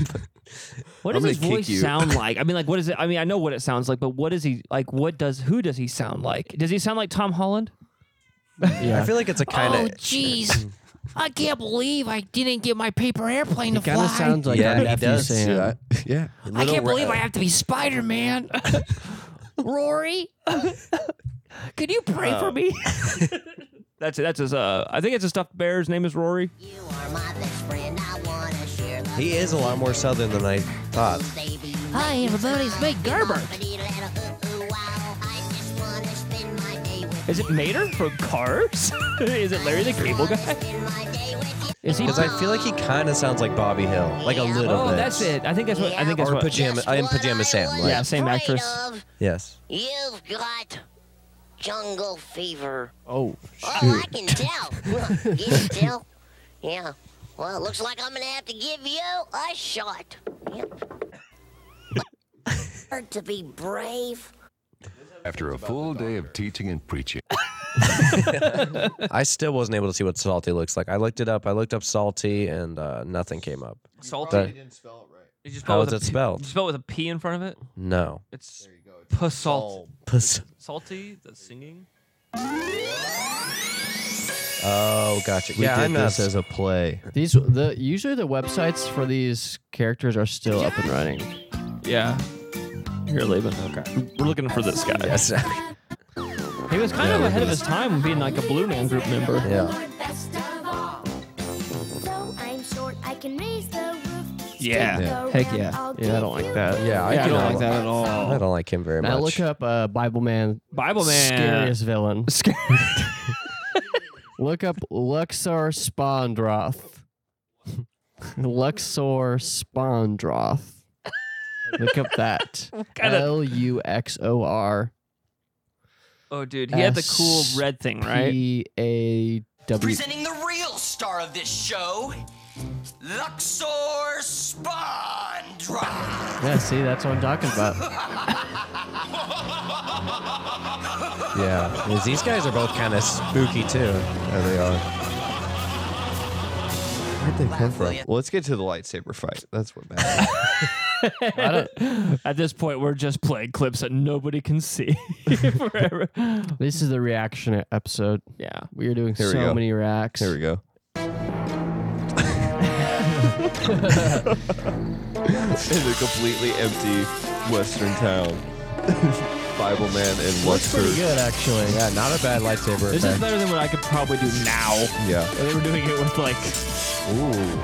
[SPEAKER 7] What
[SPEAKER 6] I'm
[SPEAKER 7] does his
[SPEAKER 6] gonna kick
[SPEAKER 7] voice
[SPEAKER 6] you.
[SPEAKER 7] sound like? I mean, like, what is it? I mean, I know what it sounds like, but what is he like? What does who does he sound like? Does he sound like Tom Holland?
[SPEAKER 5] I feel like it's a kind of
[SPEAKER 8] oh, jeez. I can't believe I didn't get my paper airplane to
[SPEAKER 4] Kind
[SPEAKER 8] fly.
[SPEAKER 4] of sounds Oh, like
[SPEAKER 5] Yeah,
[SPEAKER 4] our
[SPEAKER 5] he
[SPEAKER 4] nephew
[SPEAKER 5] does.
[SPEAKER 4] Sam.
[SPEAKER 6] Yeah. Yeah.
[SPEAKER 8] I can't believe I have to be Spider Man. [LAUGHS] Rory,
[SPEAKER 7] Could you pray for me? Uh, [LAUGHS] that's it. That's his. Uh, I think it's a stuffed bear. His name is Rory.
[SPEAKER 9] You are my best friend. I wanna share love.
[SPEAKER 5] He is a lot more southern than I thought.
[SPEAKER 9] Baby,
[SPEAKER 8] hi everybody, it's Big Gerber.
[SPEAKER 9] bibbidi, little hoo-hoo, wow. I just wanna spend my day with
[SPEAKER 7] Is it Mater from Cars? [LAUGHS] is it Larry the Cable Guy?
[SPEAKER 9] spend my day with you.
[SPEAKER 7] Is he?
[SPEAKER 5] Because I feel like he kind of sounds like Bobby Hill, like a little
[SPEAKER 7] oh,
[SPEAKER 5] bit.
[SPEAKER 7] that's it. I think that's what. I think that's
[SPEAKER 5] Or
[SPEAKER 7] what.
[SPEAKER 5] pajama. I am
[SPEAKER 9] What
[SPEAKER 5] pajama
[SPEAKER 9] I
[SPEAKER 5] Sam.
[SPEAKER 9] was
[SPEAKER 5] Like,
[SPEAKER 7] Yeah, same
[SPEAKER 9] afraid
[SPEAKER 7] actress.
[SPEAKER 9] of,
[SPEAKER 5] Yes.
[SPEAKER 9] You've got jungle fever.
[SPEAKER 4] Oh, shoot. [LAUGHS]
[SPEAKER 9] Oh, I can tell. you can tell? Yeah. Well, it looks like I'm gonna have to give you a shot.
[SPEAKER 4] [LAUGHS]
[SPEAKER 9] Yep. Hard to be brave.
[SPEAKER 10] After a full day of teaching and preaching,
[SPEAKER 5] I still wasn't able to see what salty looks like. I looked it up. I looked up salty, and uh, nothing came up.
[SPEAKER 7] Salty.
[SPEAKER 5] But
[SPEAKER 6] didn't spell it right.
[SPEAKER 7] It's just
[SPEAKER 5] How
[SPEAKER 7] spelled
[SPEAKER 5] is
[SPEAKER 7] with
[SPEAKER 5] it
[SPEAKER 7] a P-
[SPEAKER 5] spelled?
[SPEAKER 7] Spelled with a P in front of it.
[SPEAKER 5] no.
[SPEAKER 7] It's pasalt.
[SPEAKER 5] Pus-
[SPEAKER 7] Salty. The singing.
[SPEAKER 5] Oh, gotcha.
[SPEAKER 6] We
[SPEAKER 5] yeah,
[SPEAKER 6] did
[SPEAKER 5] I'm not.
[SPEAKER 6] this as a play.
[SPEAKER 4] These the usually the websites for these characters are still up and running.
[SPEAKER 7] Yeah. Here, Laban. Okay. We're looking for this guy.
[SPEAKER 5] Yes.
[SPEAKER 7] He was kind of ahead of his time being like a Blue Man Group member.
[SPEAKER 5] yeah.
[SPEAKER 9] Though I'm short, I can raise the roof.
[SPEAKER 7] Yeah. Heck yeah. Yeah, I don't like that.
[SPEAKER 5] Yeah, I
[SPEAKER 7] I,
[SPEAKER 5] can-
[SPEAKER 7] don't like that at all.
[SPEAKER 5] I don't like him very
[SPEAKER 4] Now
[SPEAKER 5] much.
[SPEAKER 4] look up uh, Bible Man,
[SPEAKER 7] Bible Man.
[SPEAKER 4] scariest
[SPEAKER 5] [LAUGHS]
[SPEAKER 4] villain.
[SPEAKER 7] Scary.
[SPEAKER 4] [LAUGHS] Look up Luxor Spondroth. Luxor Spondroth. Look up that.
[SPEAKER 7] kinda-
[SPEAKER 4] L U X O R
[SPEAKER 7] Oh, dude, he had the cool
[SPEAKER 4] S-
[SPEAKER 7] red thing, right?
[SPEAKER 4] P A W.
[SPEAKER 11] Presenting the real star of this show, Luxor Spondra.
[SPEAKER 4] Yeah, see, that's what I'm talking about.
[SPEAKER 5] Yeah, 'cause these guys are both kind of spooky too. Yeah, they are.
[SPEAKER 6] Where'd they come from? Well, let's get to the lightsaber fight. That's what matters.
[SPEAKER 7] At this point, we're just playing clips that nobody can see [LAUGHS] forever.
[SPEAKER 4] This is the reaction episode.
[SPEAKER 7] Yeah.
[SPEAKER 4] We are doing
[SPEAKER 6] Here we
[SPEAKER 4] so
[SPEAKER 6] go.
[SPEAKER 4] many reacts.
[SPEAKER 6] Here we go. In a completely empty western town. Bible man and
[SPEAKER 4] Looks pretty
[SPEAKER 6] Luxor.
[SPEAKER 4] good, actually.
[SPEAKER 5] Yeah, not a bad lightsaber.
[SPEAKER 7] This is
[SPEAKER 5] effect.
[SPEAKER 7] better than what I could probably do now.
[SPEAKER 6] Yeah.
[SPEAKER 7] They were doing it with like
[SPEAKER 6] Ooh.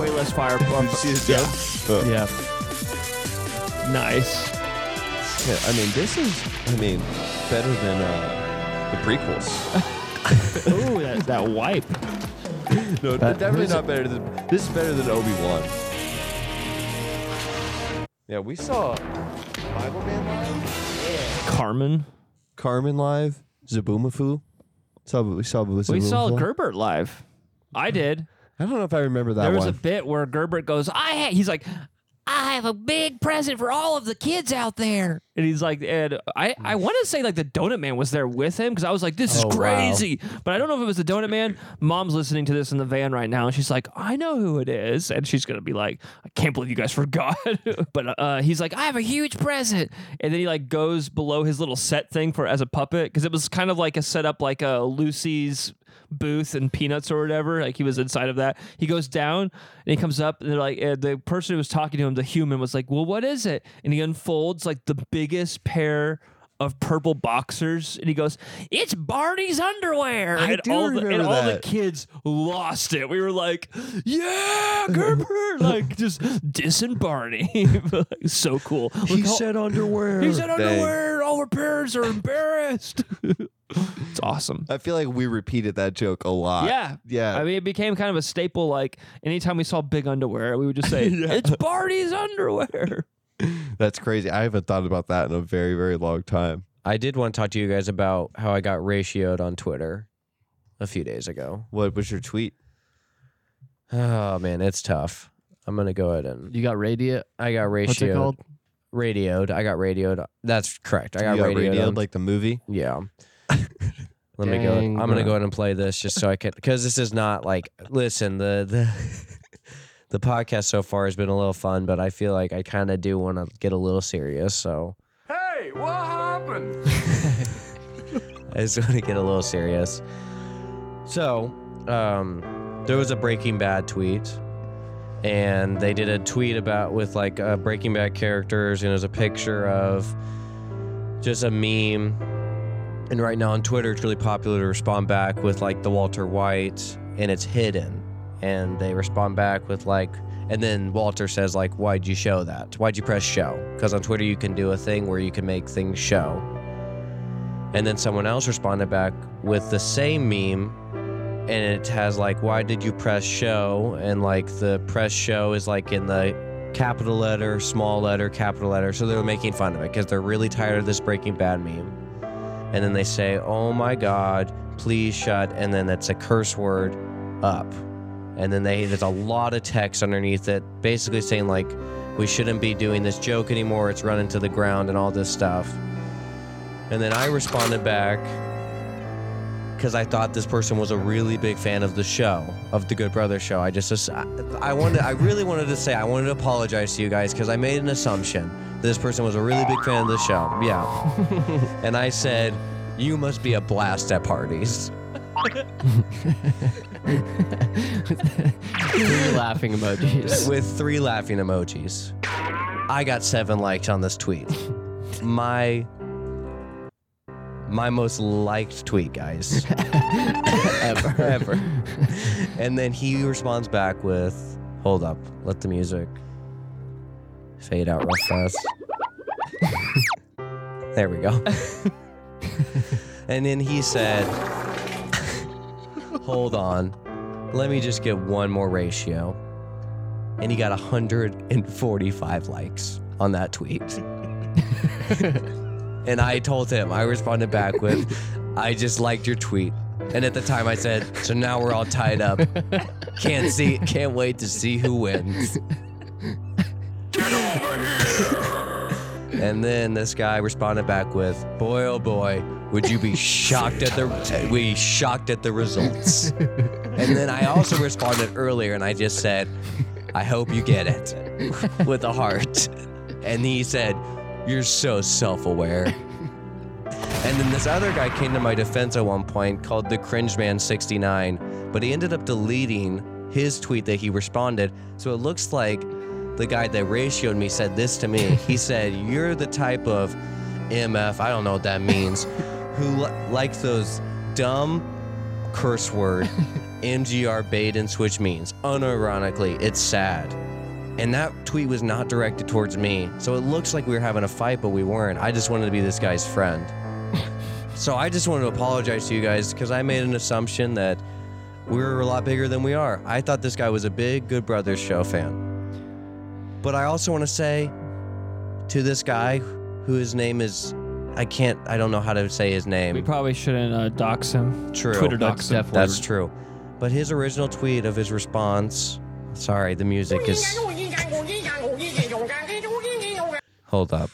[SPEAKER 7] way less fire.
[SPEAKER 6] See the
[SPEAKER 7] Yeah.
[SPEAKER 6] jump? Uh,
[SPEAKER 4] Yeah.
[SPEAKER 7] Nice.
[SPEAKER 6] yeah, I mean, this is, I mean, better than uh, the prequels.
[SPEAKER 7] Ooh, that, that wipe.
[SPEAKER 6] No, definitely not better than, this is better than Obi-Wan. Yeah, we saw Bible man live,
[SPEAKER 7] Carmen.
[SPEAKER 6] Carmen live, Zabumafu. Saw, we saw,
[SPEAKER 7] We
[SPEAKER 6] Zabumafu
[SPEAKER 7] saw
[SPEAKER 6] live.
[SPEAKER 7] Gerbert live. I did.
[SPEAKER 6] I don't know if I remember that
[SPEAKER 7] There was
[SPEAKER 6] one.
[SPEAKER 7] a bit where Gerbert goes, I ha-, he's like,
[SPEAKER 8] I have a big present for all of the kids out there.
[SPEAKER 7] and he's like, and I,
[SPEAKER 6] Mm.
[SPEAKER 7] I want to say like the Donut Man was there with him because I was like, this is
[SPEAKER 5] Oh, wow.
[SPEAKER 7] crazy. e, But I don't know if it was the Donut Man. Mom's listening to this in the van right now, and she's like, I know who it is, and she's gonna be like, I can't believe you guys [LAUGHS] forgot. but uh, he's like, I have a huge present, and then he like goes below his little set thing for as a puppet because it was kind of like a setup like a Lucy's booth and peanuts or whatever like he was inside of that he goes down and he comes up and they're like and the person who was talking to him the human was like well what is it and he unfolds like the biggest pair of purple boxers and he goes it's barney's underwear
[SPEAKER 6] I
[SPEAKER 7] and,
[SPEAKER 6] do
[SPEAKER 7] all, the, and
[SPEAKER 6] remember
[SPEAKER 7] all the
[SPEAKER 6] that.
[SPEAKER 7] kids lost it we were like yeah gerber like just dissing barney [LAUGHS] Like, so cool
[SPEAKER 5] He
[SPEAKER 7] Look how-
[SPEAKER 5] said underwear.
[SPEAKER 7] he said
[SPEAKER 6] Dang.
[SPEAKER 7] underwear all our parents are embarrassed [LAUGHS] it's awesome
[SPEAKER 6] I feel like we repeated that joke a lot.
[SPEAKER 7] yeah.
[SPEAKER 6] Yeah.
[SPEAKER 7] I mean, it became kind of a staple. Like, anytime we saw big underwear, we would just say, it's Barney's underwear.
[SPEAKER 6] That's crazy. I haven't thought about that in a very, very long time.
[SPEAKER 5] I did want to talk to you guys about how I got ratioed on Twitter a few days ago.
[SPEAKER 6] What was your tweet?
[SPEAKER 5] [SIGHS] Oh man, it's tough. I'm gonna go ahead and
[SPEAKER 4] You got Radiant.
[SPEAKER 5] I got ratioed.
[SPEAKER 4] What's it called?
[SPEAKER 5] Radioed. I got radioed. That's correct. I got
[SPEAKER 6] you got
[SPEAKER 5] radioed.
[SPEAKER 6] radioed
[SPEAKER 5] on-
[SPEAKER 6] like the movie?
[SPEAKER 5] yeah. Let me go.
[SPEAKER 4] Dang,
[SPEAKER 5] I'm gonna
[SPEAKER 4] bruh.
[SPEAKER 5] go ahead and play this just so I can, because this is not like. Listen, the the [LAUGHS] the podcast so far has been a little fun, but I feel like I kind of do want to get a little serious. So
[SPEAKER 10] hey, what happened?
[SPEAKER 5] [LAUGHS] I just want to get a little serious. So, um, there was a Breaking Bad tweet, and they did a tweet about with like uh, Breaking Bad characters, and it was a picture of just a meme. And right now on Twitter, it's really popular to respond back with like the Walter White, and it's hidden. And they respond back with like, and then Walter says like, "Why'd you show that? Why'd you press show?" Because on Twitter you can do a thing where you can make things show. And then someone else responded back with the same meme. And it has like, why did you press show? And like the press show is like in the capital letter, small letter, capital letter. So they were making fun of it because they're really tired of this Breaking Bad meme. And then they say, oh my God, please shut. And then it's a curse word. up. And then they there's a lot of text underneath it, basically saying like, we shouldn't be doing this joke anymore. It's running to the ground and all this stuff. And then I responded back because I thought this person was a really big fan of the show, of the Good Brother show. I just, I, I wanted, I really wanted to say, I wanted to apologize to you guys because I made an assumption that this person was a really big fan of the show. Yeah.
[SPEAKER 7] [LAUGHS]
[SPEAKER 5] and I said, you must be a blast at parties.
[SPEAKER 4] Three laughing emojis.
[SPEAKER 5] with three laughing emojis. I got seven likes on this tweet. My my most liked tweet,
[SPEAKER 4] [LAUGHS]
[SPEAKER 5] guys. ever. Ever. And then he responds back with, hold up, let the music fade out real fast. there we
[SPEAKER 4] [LAUGHS]
[SPEAKER 5] go. and then he said, hold on, let me just get one more ratio and he got 145 likes on that tweet. and I told him, I responded back with, I just liked your tweet. And at the time I said, so now we're all tied up. Can't see can't wait to see who wins. And then this guy responded back with, "Boy, oh boy, would you be shocked at the we shocked at the results?" And then I also responded earlier, and I just said, "I hope you get it," [LAUGHS] with a heart. And he said, "You're so self-aware." And then this other guy came to my defense at one point, called the Cringe Man 69, but he ended up deleting his tweet that he responded. So it looks like the guy that ratioed me said this to me. He said, "You're the type of MF. I don't know what that means. who li- likes those dumb curse word MGR bait and switch means? Unironically, it's sad." And that tweet was not directed towards me, so it looks like we were having a fight, but we weren't. I just wanted to be this guy's friend. so I just wanted to apologize to you guys because I made an assumption that we were a lot bigger than we are. I thought this guy was a big Good Brothers show fan. But I also want to say to this guy who his name is I can't I don't know how to say his
[SPEAKER 7] We
[SPEAKER 5] name.
[SPEAKER 7] probably shouldn't uh, dox him.
[SPEAKER 5] True.
[SPEAKER 7] Twitter
[SPEAKER 4] That's
[SPEAKER 7] dox him.
[SPEAKER 4] definitely
[SPEAKER 5] That's true. But his original tweet of his response sorry, the music is hold up.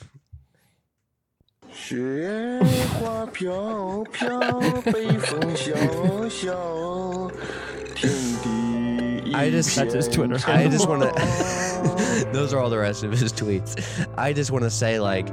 [SPEAKER 5] I just
[SPEAKER 7] That's his Twitter.
[SPEAKER 5] I just want
[SPEAKER 7] [LAUGHS]
[SPEAKER 5] to. those are all the rest of his [LAUGHS] tweets. I just want to say, like,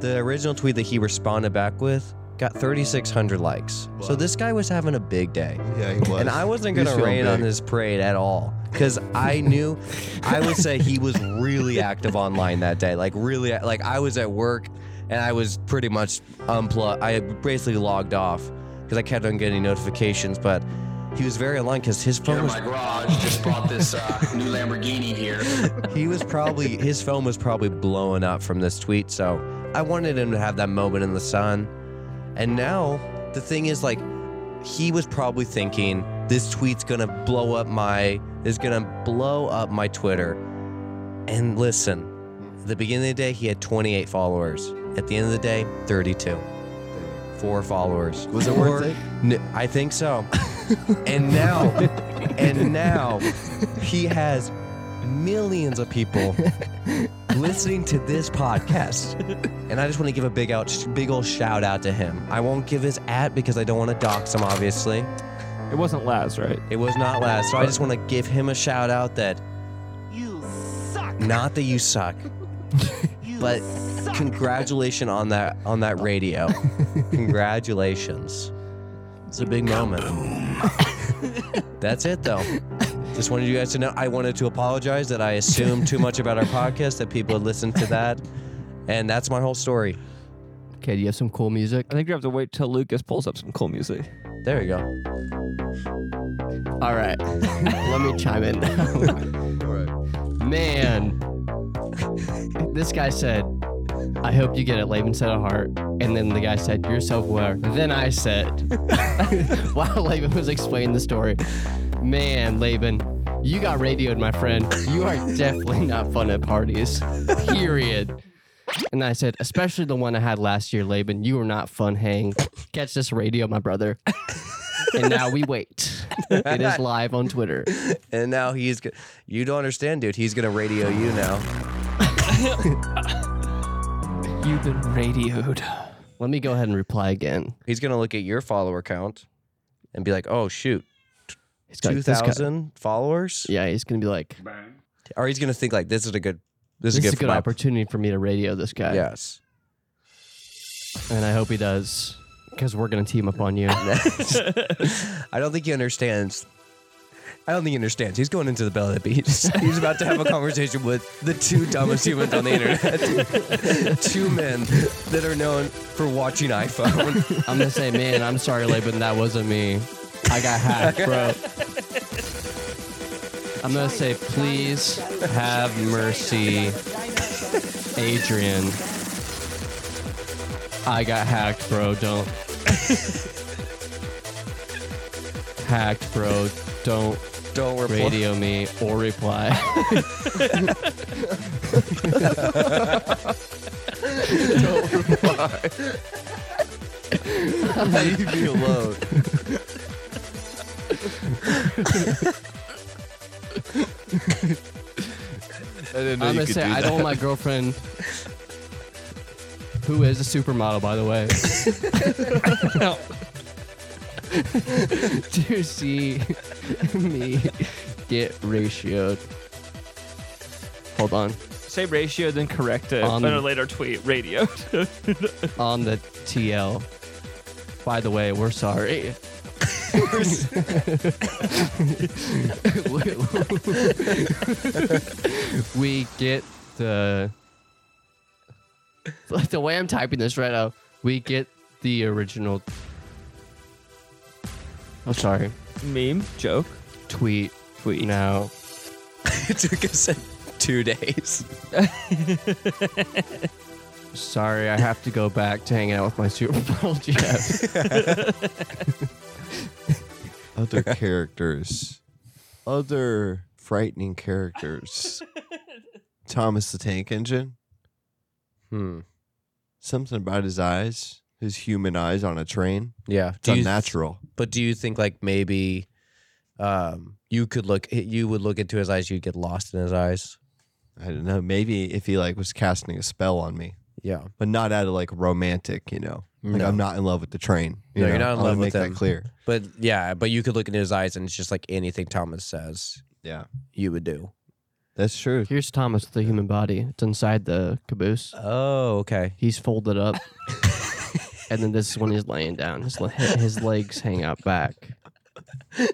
[SPEAKER 5] the original tweet that he responded back with got 3,600 likes. So this guy was having a big day.
[SPEAKER 6] Yeah, he was.
[SPEAKER 5] And I wasn't
[SPEAKER 6] He's
[SPEAKER 5] going to
[SPEAKER 6] feeling
[SPEAKER 5] rain on
[SPEAKER 6] big.
[SPEAKER 5] his parade at all because I knew, I would say he was really active online that day. Like, really, like, I was at work and I was pretty much unplugged. I basically logged off because I kept on getting notifications, but. He was very online because his phone was
[SPEAKER 11] garage just bought this uh, new Lamborghini here.
[SPEAKER 5] he was probably his phone was probably blowing up from this tweet so i wanted him to have that moment in the sun and now the thing is like he was probably thinking this tweet's gonna blow up my is gonna blow up my twitter and listen at the beginning of the day he had 28 followers at the end of the day 32 four followers
[SPEAKER 6] Was it
[SPEAKER 5] Four-
[SPEAKER 6] worth it?
[SPEAKER 5] N- I think so and now and now he has millions of people listening to this podcast and i just want to give a big out big old shout out to him i won't give his at because i don't want to dox him obviously
[SPEAKER 7] It wasn't Laz, right?
[SPEAKER 5] it was not last so i just want to give him a shout out that
[SPEAKER 11] You suck.
[SPEAKER 5] not that you suck
[SPEAKER 11] [LAUGHS] You
[SPEAKER 5] but
[SPEAKER 11] suck.
[SPEAKER 5] congratulations on that on that radio
[SPEAKER 11] [LAUGHS]
[SPEAKER 5] congratulations it's a big moment that's it though just wanted you guys to know i wanted to apologize that i assumed too much about our podcast that people would listen to that and that's my whole story
[SPEAKER 4] Okay, do you have some cool music?
[SPEAKER 7] I think you have to wait till Lucas pulls up some cool music.
[SPEAKER 5] there you go
[SPEAKER 4] All right, [LAUGHS] let me chime in. Man, this guy said, "I hope you get it."
[SPEAKER 5] [LAUGHS]
[SPEAKER 4] Laban said a heart, and then the guy said, "You're self-aware." Then I said, [LAUGHS] while Laban was explaining the story, "Man, Laban, you got radioed, my friend. You are definitely not fun at parties. Period." And I said, especially the one I had last year, Laban, you were not fun hang. Catch this radio, my brother. and now we wait. it is live on Twitter.
[SPEAKER 5] and now he's go- you don't understand, dude. He's gonna radio you now.
[SPEAKER 7] [LAUGHS] You've been radioed.
[SPEAKER 4] Let me go ahead and reply again.
[SPEAKER 5] He's gonna look at your follower count and be like, "Oh shoot,
[SPEAKER 4] He's
[SPEAKER 5] two
[SPEAKER 4] like, this guy-
[SPEAKER 5] thousand followers,"
[SPEAKER 4] Yeah, he's gonna be like,
[SPEAKER 5] or he's gonna think like, "This is a good, this,
[SPEAKER 4] "This is a
[SPEAKER 5] for
[SPEAKER 4] good
[SPEAKER 5] my-
[SPEAKER 4] opportunity for me to radio this guy."
[SPEAKER 5] Yes.
[SPEAKER 4] and I hope he does because we're gonna team up
[SPEAKER 5] [LAUGHS]
[SPEAKER 4] on you.
[SPEAKER 5] I don't think he understands. I don't think he understands. He's going into the belly of the beast. He's about to have a conversation with the two dumbest humans on the internet. [LAUGHS] two men that are known for watching iPhone.
[SPEAKER 4] I'm gonna say, man, I'm sorry, Laban, that wasn't me. I got hacked, bro. I'm gonna say, please have mercy, Adrian. I got hacked, bro. Don't. [LAUGHS] hacked, bro. Don't
[SPEAKER 5] Don't worry.
[SPEAKER 4] radio me or
[SPEAKER 5] [LAUGHS]
[SPEAKER 4] reply.
[SPEAKER 5] Leave me alone.
[SPEAKER 6] didn't
[SPEAKER 4] I'm gonna say, I don't want my girlfriend, who is a supermodel, by the way, [LAUGHS] to see [LAUGHS] me get ratioed. Hold on.
[SPEAKER 7] Say ratio, then correct it
[SPEAKER 4] Um,
[SPEAKER 7] on a later tweet. Radio.
[SPEAKER 4] On the TL. By the way, we're sorry. we get the [LAUGHS] like the way I'm typing this right now. We get the original. I'm sorry.
[SPEAKER 7] Meme, joke,
[SPEAKER 4] Tweet.
[SPEAKER 7] tweet. [LAUGHS]
[SPEAKER 4] No.
[SPEAKER 5] it took us uh, two days.
[SPEAKER 4] [LAUGHS] Sorry, I have to go back to hanging out with my supermodel Jeff.
[SPEAKER 6] [LAUGHS] other characters, other frightening
[SPEAKER 7] [LAUGHS]
[SPEAKER 6] characters. Thomas the Tank Engine.
[SPEAKER 5] Hmm.
[SPEAKER 6] Something about his eyes, his human eyes on a train.
[SPEAKER 5] Yeah.
[SPEAKER 6] It's unnatural.
[SPEAKER 5] But do you think like maybe um, you could look you would look into his eyes, you'd get lost in his eyes?
[SPEAKER 6] I don't know. Maybe if he like was casting a spell on me,
[SPEAKER 5] Yeah.
[SPEAKER 6] but not out of like romantic, you know. Like
[SPEAKER 5] No.
[SPEAKER 6] I'm not in love with the train. You
[SPEAKER 5] No,
[SPEAKER 6] know?
[SPEAKER 5] you're not in
[SPEAKER 6] I wanna
[SPEAKER 5] love with
[SPEAKER 6] make
[SPEAKER 5] them.
[SPEAKER 6] that clear.
[SPEAKER 5] But yeah, but you could look into his eyes and it's just like anything Thomas says
[SPEAKER 6] Yeah,
[SPEAKER 5] you would do.
[SPEAKER 6] that's true.
[SPEAKER 4] Here's Thomas, the human body. It's inside the caboose.
[SPEAKER 5] Oh, [LAUGHS] okay.
[SPEAKER 4] He's folded up.
[SPEAKER 6] [LAUGHS]
[SPEAKER 4] and then this is when he's laying down. His, le- his legs hang out back.
[SPEAKER 6] [LAUGHS]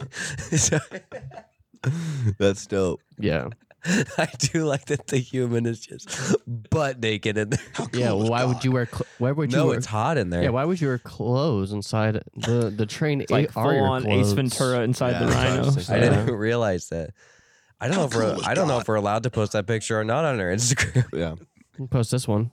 [SPEAKER 6] That's dope. [LAUGHS]
[SPEAKER 4] Yeah.
[SPEAKER 5] [LAUGHS] I do like that the human is just butt naked in there.
[SPEAKER 4] Yeah. Well, why would you wear? Cl- why would you?
[SPEAKER 5] No,
[SPEAKER 4] wear-
[SPEAKER 5] it's hot in there.
[SPEAKER 4] Yeah. Why would you wear clothes inside the the train?
[SPEAKER 7] It's [LAUGHS] like
[SPEAKER 4] it-
[SPEAKER 7] full
[SPEAKER 4] are your
[SPEAKER 7] on Ace
[SPEAKER 4] clothes.
[SPEAKER 7] Ventura inside
[SPEAKER 6] Yeah,
[SPEAKER 7] the
[SPEAKER 6] that's what I was
[SPEAKER 7] rhino.
[SPEAKER 5] I
[SPEAKER 6] thinking.
[SPEAKER 5] didn't realize that. I don't know if we're I don't know if we're allowed to post that picture or not on our Instagram.
[SPEAKER 6] Yeah,
[SPEAKER 4] We can Post this one.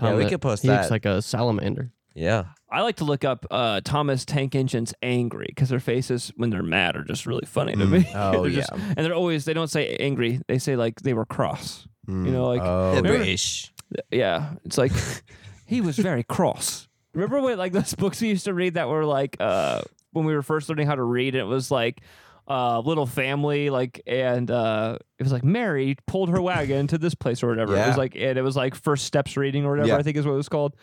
[SPEAKER 5] Yeah, we
[SPEAKER 4] that-
[SPEAKER 5] could post
[SPEAKER 4] he
[SPEAKER 5] that.
[SPEAKER 4] looks like a salamander.
[SPEAKER 5] Yeah.
[SPEAKER 7] I like to look up uh, Thomas Tank Engine's angry because their faces when they're mad are just really funny to me.
[SPEAKER 5] Oh,
[SPEAKER 6] [LAUGHS]
[SPEAKER 7] They're just-
[SPEAKER 5] yeah.
[SPEAKER 7] and they're always they don't say angry. They say like they were cross. You know, like
[SPEAKER 5] Oh,
[SPEAKER 7] remember-
[SPEAKER 5] ish.
[SPEAKER 7] yeah. It's like [LAUGHS] he was very cross. Remember when like those books we used to read that were like uh, when we were first learning how to read, it was like uh, little family like and uh, it was like Mary pulled her wagon to this place or whatever. It
[SPEAKER 5] Yeah.
[SPEAKER 7] was like and it was like first steps reading or whatever.
[SPEAKER 6] Yeah.
[SPEAKER 7] I think is what it was called.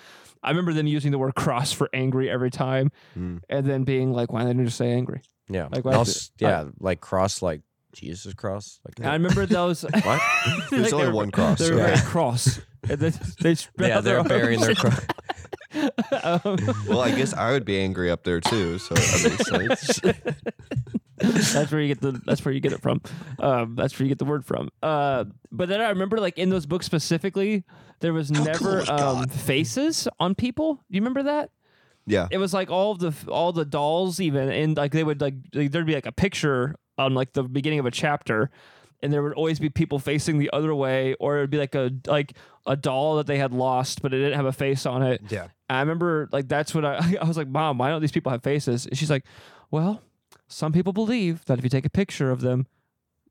[SPEAKER 7] I remember them using the word cross for angry every time,
[SPEAKER 6] Mm.
[SPEAKER 7] and then being like, "Why didn't you just say angry?"
[SPEAKER 5] Yeah.
[SPEAKER 7] Like,
[SPEAKER 5] Like
[SPEAKER 7] why is
[SPEAKER 5] else,
[SPEAKER 7] it- I-
[SPEAKER 5] yeah, like cross like Jesus cross. Like
[SPEAKER 7] And [LAUGHS] I remember those. [LAUGHS]
[SPEAKER 5] what?
[SPEAKER 6] There's
[SPEAKER 7] like,
[SPEAKER 6] only
[SPEAKER 7] they were-
[SPEAKER 6] one cross,
[SPEAKER 7] They were
[SPEAKER 6] yeah.
[SPEAKER 7] very cross. And then they spread
[SPEAKER 5] yeah,
[SPEAKER 7] out their
[SPEAKER 5] they're burying their
[SPEAKER 7] arms.
[SPEAKER 5] cross.
[SPEAKER 7] [LAUGHS] Um,
[SPEAKER 6] [LAUGHS] Well, I guess I would be angry up there too. So that
[SPEAKER 5] [LAUGHS]
[SPEAKER 6] makes sense.
[SPEAKER 7] that's where you get the. That's where you get it from. Um, that's where you get the word from. Uh, but then I remember, like in those books specifically, there was never um, faces on people. Do you remember that?
[SPEAKER 6] Yeah,
[SPEAKER 7] It was like all of the all the dolls, even and like they would like like, there'd be like a picture on like the beginning of a chapter, and there would always be people facing the other way, or it'd be like a like a doll that they had lost, but it didn't have a face on it.
[SPEAKER 5] Yeah.
[SPEAKER 7] I remember like that's what I [LAUGHS] I was like, Mom, why don't these people have faces? And she's like, Well, some people believe that if you take a picture of them,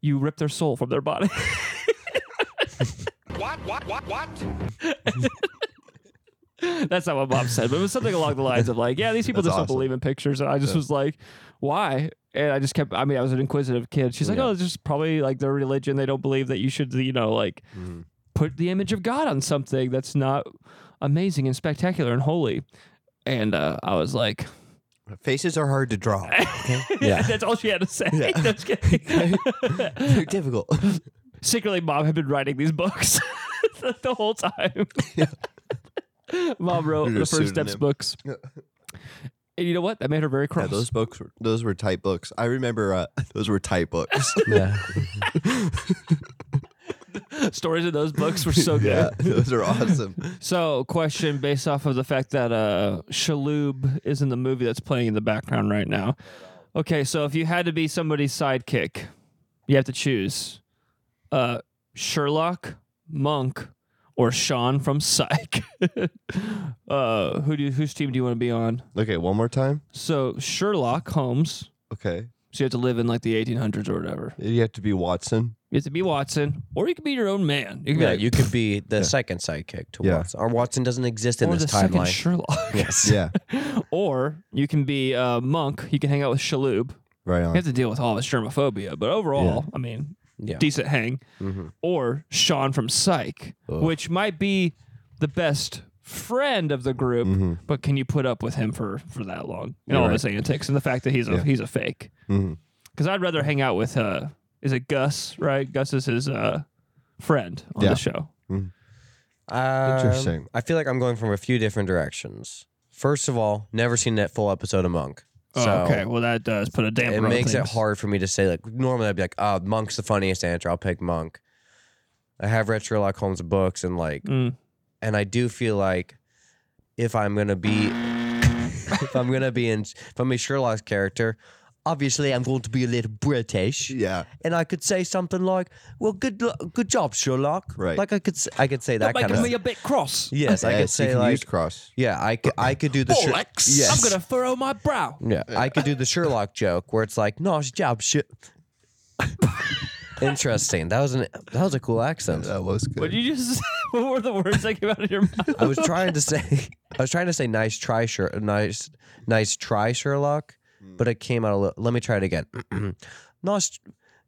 [SPEAKER 7] you rip their soul from their body.
[SPEAKER 11] [LAUGHS] What? What? What? What?
[SPEAKER 7] [LAUGHS] that's not what Mom said, but it was something along the lines of like, Yeah, these people
[SPEAKER 6] That's
[SPEAKER 7] just
[SPEAKER 6] awesome.
[SPEAKER 7] don't believe in pictures. And I just was like, Why? And I just kept, I mean, I was an inquisitive kid. She's like,
[SPEAKER 6] Yeah.
[SPEAKER 7] oh, it's just probably like their religion. They don't believe that you should, you know, like
[SPEAKER 6] Mm.
[SPEAKER 7] put the image of God on something that's not amazing and spectacular and holy. And uh, I was like,
[SPEAKER 6] Faces are hard to draw. [LAUGHS] Okay?
[SPEAKER 7] yeah, [LAUGHS] that's all she had to say.
[SPEAKER 6] Yeah.
[SPEAKER 7] [LAUGHS] No, just kidding.
[SPEAKER 6] They're difficult.
[SPEAKER 7] [LAUGHS] Secretly, mom had been writing these books [LAUGHS] the- the whole time. [LAUGHS] mom wrote
[SPEAKER 6] Under
[SPEAKER 7] the
[SPEAKER 6] a
[SPEAKER 7] first steps
[SPEAKER 6] pseudonym.
[SPEAKER 7] books. And you know what? That made her very
[SPEAKER 6] Yeah,
[SPEAKER 7] cross.
[SPEAKER 6] those books, were, those were tight books. I remember uh, [LAUGHS] those were tight books.
[SPEAKER 5] Yeah.
[SPEAKER 7] [LAUGHS] Stories in those books were so good.
[SPEAKER 6] [LAUGHS] [LAUGHS] yeah, those are awesome.
[SPEAKER 7] So, question based off of the fact that uh, Shaloub is in the movie that's playing in the background right now. Okay, so if you had to be somebody's sidekick, you have to choose uh, Sherlock, Monk, or Sean from Psych. [LAUGHS] uh, who do you, whose team do you want to be on?
[SPEAKER 6] Okay, one more time.
[SPEAKER 7] So Sherlock Holmes.
[SPEAKER 6] Okay,
[SPEAKER 7] So you have to live in like the 1800s or whatever.
[SPEAKER 6] you have to be Watson.
[SPEAKER 7] You have to be Watson, or you could be your own man. You could
[SPEAKER 5] Yeah,
[SPEAKER 7] be like,
[SPEAKER 5] you could be the second sidekick to
[SPEAKER 6] Yeah.
[SPEAKER 5] Watson. Or Watson doesn't exist in
[SPEAKER 7] or
[SPEAKER 5] this
[SPEAKER 7] the second
[SPEAKER 5] timeline.
[SPEAKER 7] Sherlock.
[SPEAKER 5] yes.
[SPEAKER 6] Yeah,
[SPEAKER 7] or you can be a monk. You can hang out with Shaloub.
[SPEAKER 6] right
[SPEAKER 7] You
[SPEAKER 6] on.
[SPEAKER 7] have to deal with all this germophobia, but overall, I mean,
[SPEAKER 5] Yeah. Mm-hmm.
[SPEAKER 7] decent hang. Or Sean from Psych, which might be the best friend of the group,
[SPEAKER 5] Mm-hmm.
[SPEAKER 7] but can you put up with him for for that long and all of his antics and the fact that he's a he's a fake?
[SPEAKER 6] Mhm.
[SPEAKER 7] Because I'd rather hang out with uh, is it Gus? Right, Gus is his uh friend on
[SPEAKER 6] Yeah.
[SPEAKER 7] the show.
[SPEAKER 5] Um,
[SPEAKER 6] Interesting.
[SPEAKER 5] I feel like I'm going from a few different directions. First of all, never seen that full episode of Monk.
[SPEAKER 7] Oh,
[SPEAKER 5] So
[SPEAKER 7] okay, well that does put a damper.
[SPEAKER 5] It
[SPEAKER 7] on
[SPEAKER 5] makes it
[SPEAKER 7] things.
[SPEAKER 5] hard for me to say like normally I'd be like, oh, Monk's the funniest answer. I'll pick Monk. I have read Sherlock Holmes books and like
[SPEAKER 7] Mm.
[SPEAKER 5] and I do feel like if I'm gonna be [LAUGHS] if I'm gonna be in if I'm a Sherlock's character, obviously I'm going to be a little British.
[SPEAKER 6] Yeah,
[SPEAKER 5] and I could say something like, "Well, good, lu- good job, Sherlock."
[SPEAKER 6] Right.
[SPEAKER 5] Like I could, s- I could say that kind of.
[SPEAKER 7] a bit cross.
[SPEAKER 5] yes, I could
[SPEAKER 6] Yes, you
[SPEAKER 5] say
[SPEAKER 6] can
[SPEAKER 5] like,
[SPEAKER 6] use cross.
[SPEAKER 5] yeah, I could, I could do the. Sher- yes.
[SPEAKER 7] I'm gonna furrow my brow.
[SPEAKER 5] Yeah, I could do the Sherlock joke where it's like, "Nice job, shit." [LAUGHS] Interesting. That was an that was a cool accent.
[SPEAKER 6] That was
[SPEAKER 7] What
[SPEAKER 6] good.
[SPEAKER 7] did you just? [LAUGHS] what were the words that came out of your mouth?
[SPEAKER 5] I was trying to say, I was trying to say, "Nice try, Sher- nice, nice try, Sherlock,"
[SPEAKER 6] Hmm.
[SPEAKER 5] but it came out a little. Let me try it again. [CLEARS THROAT] nice.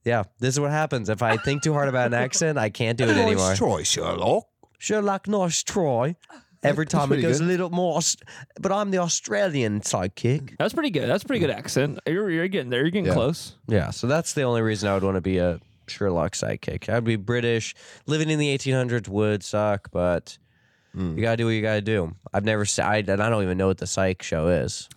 [SPEAKER 5] Yeah, this is what happens if I think too hard about an accent. I can't do it anymore.
[SPEAKER 6] Troy Sherlock.
[SPEAKER 5] Sherlock Nice [LAUGHS] Troy. Every time it
[SPEAKER 6] pretty
[SPEAKER 5] goes
[SPEAKER 6] good.
[SPEAKER 5] a little more, Aust- but I'm the Australian sidekick.
[SPEAKER 7] [LAUGHS] That's pretty good. That's a pretty good accent. You're, you're getting there. You're getting
[SPEAKER 6] Yeah.
[SPEAKER 7] close.
[SPEAKER 5] Yeah, so that's the only reason I would want to be a Sherlock sidekick. I'd be British. Living in the 1800s would suck, but you gotta do what you gotta do. I've never se- I and I don't even know what the Psych show is.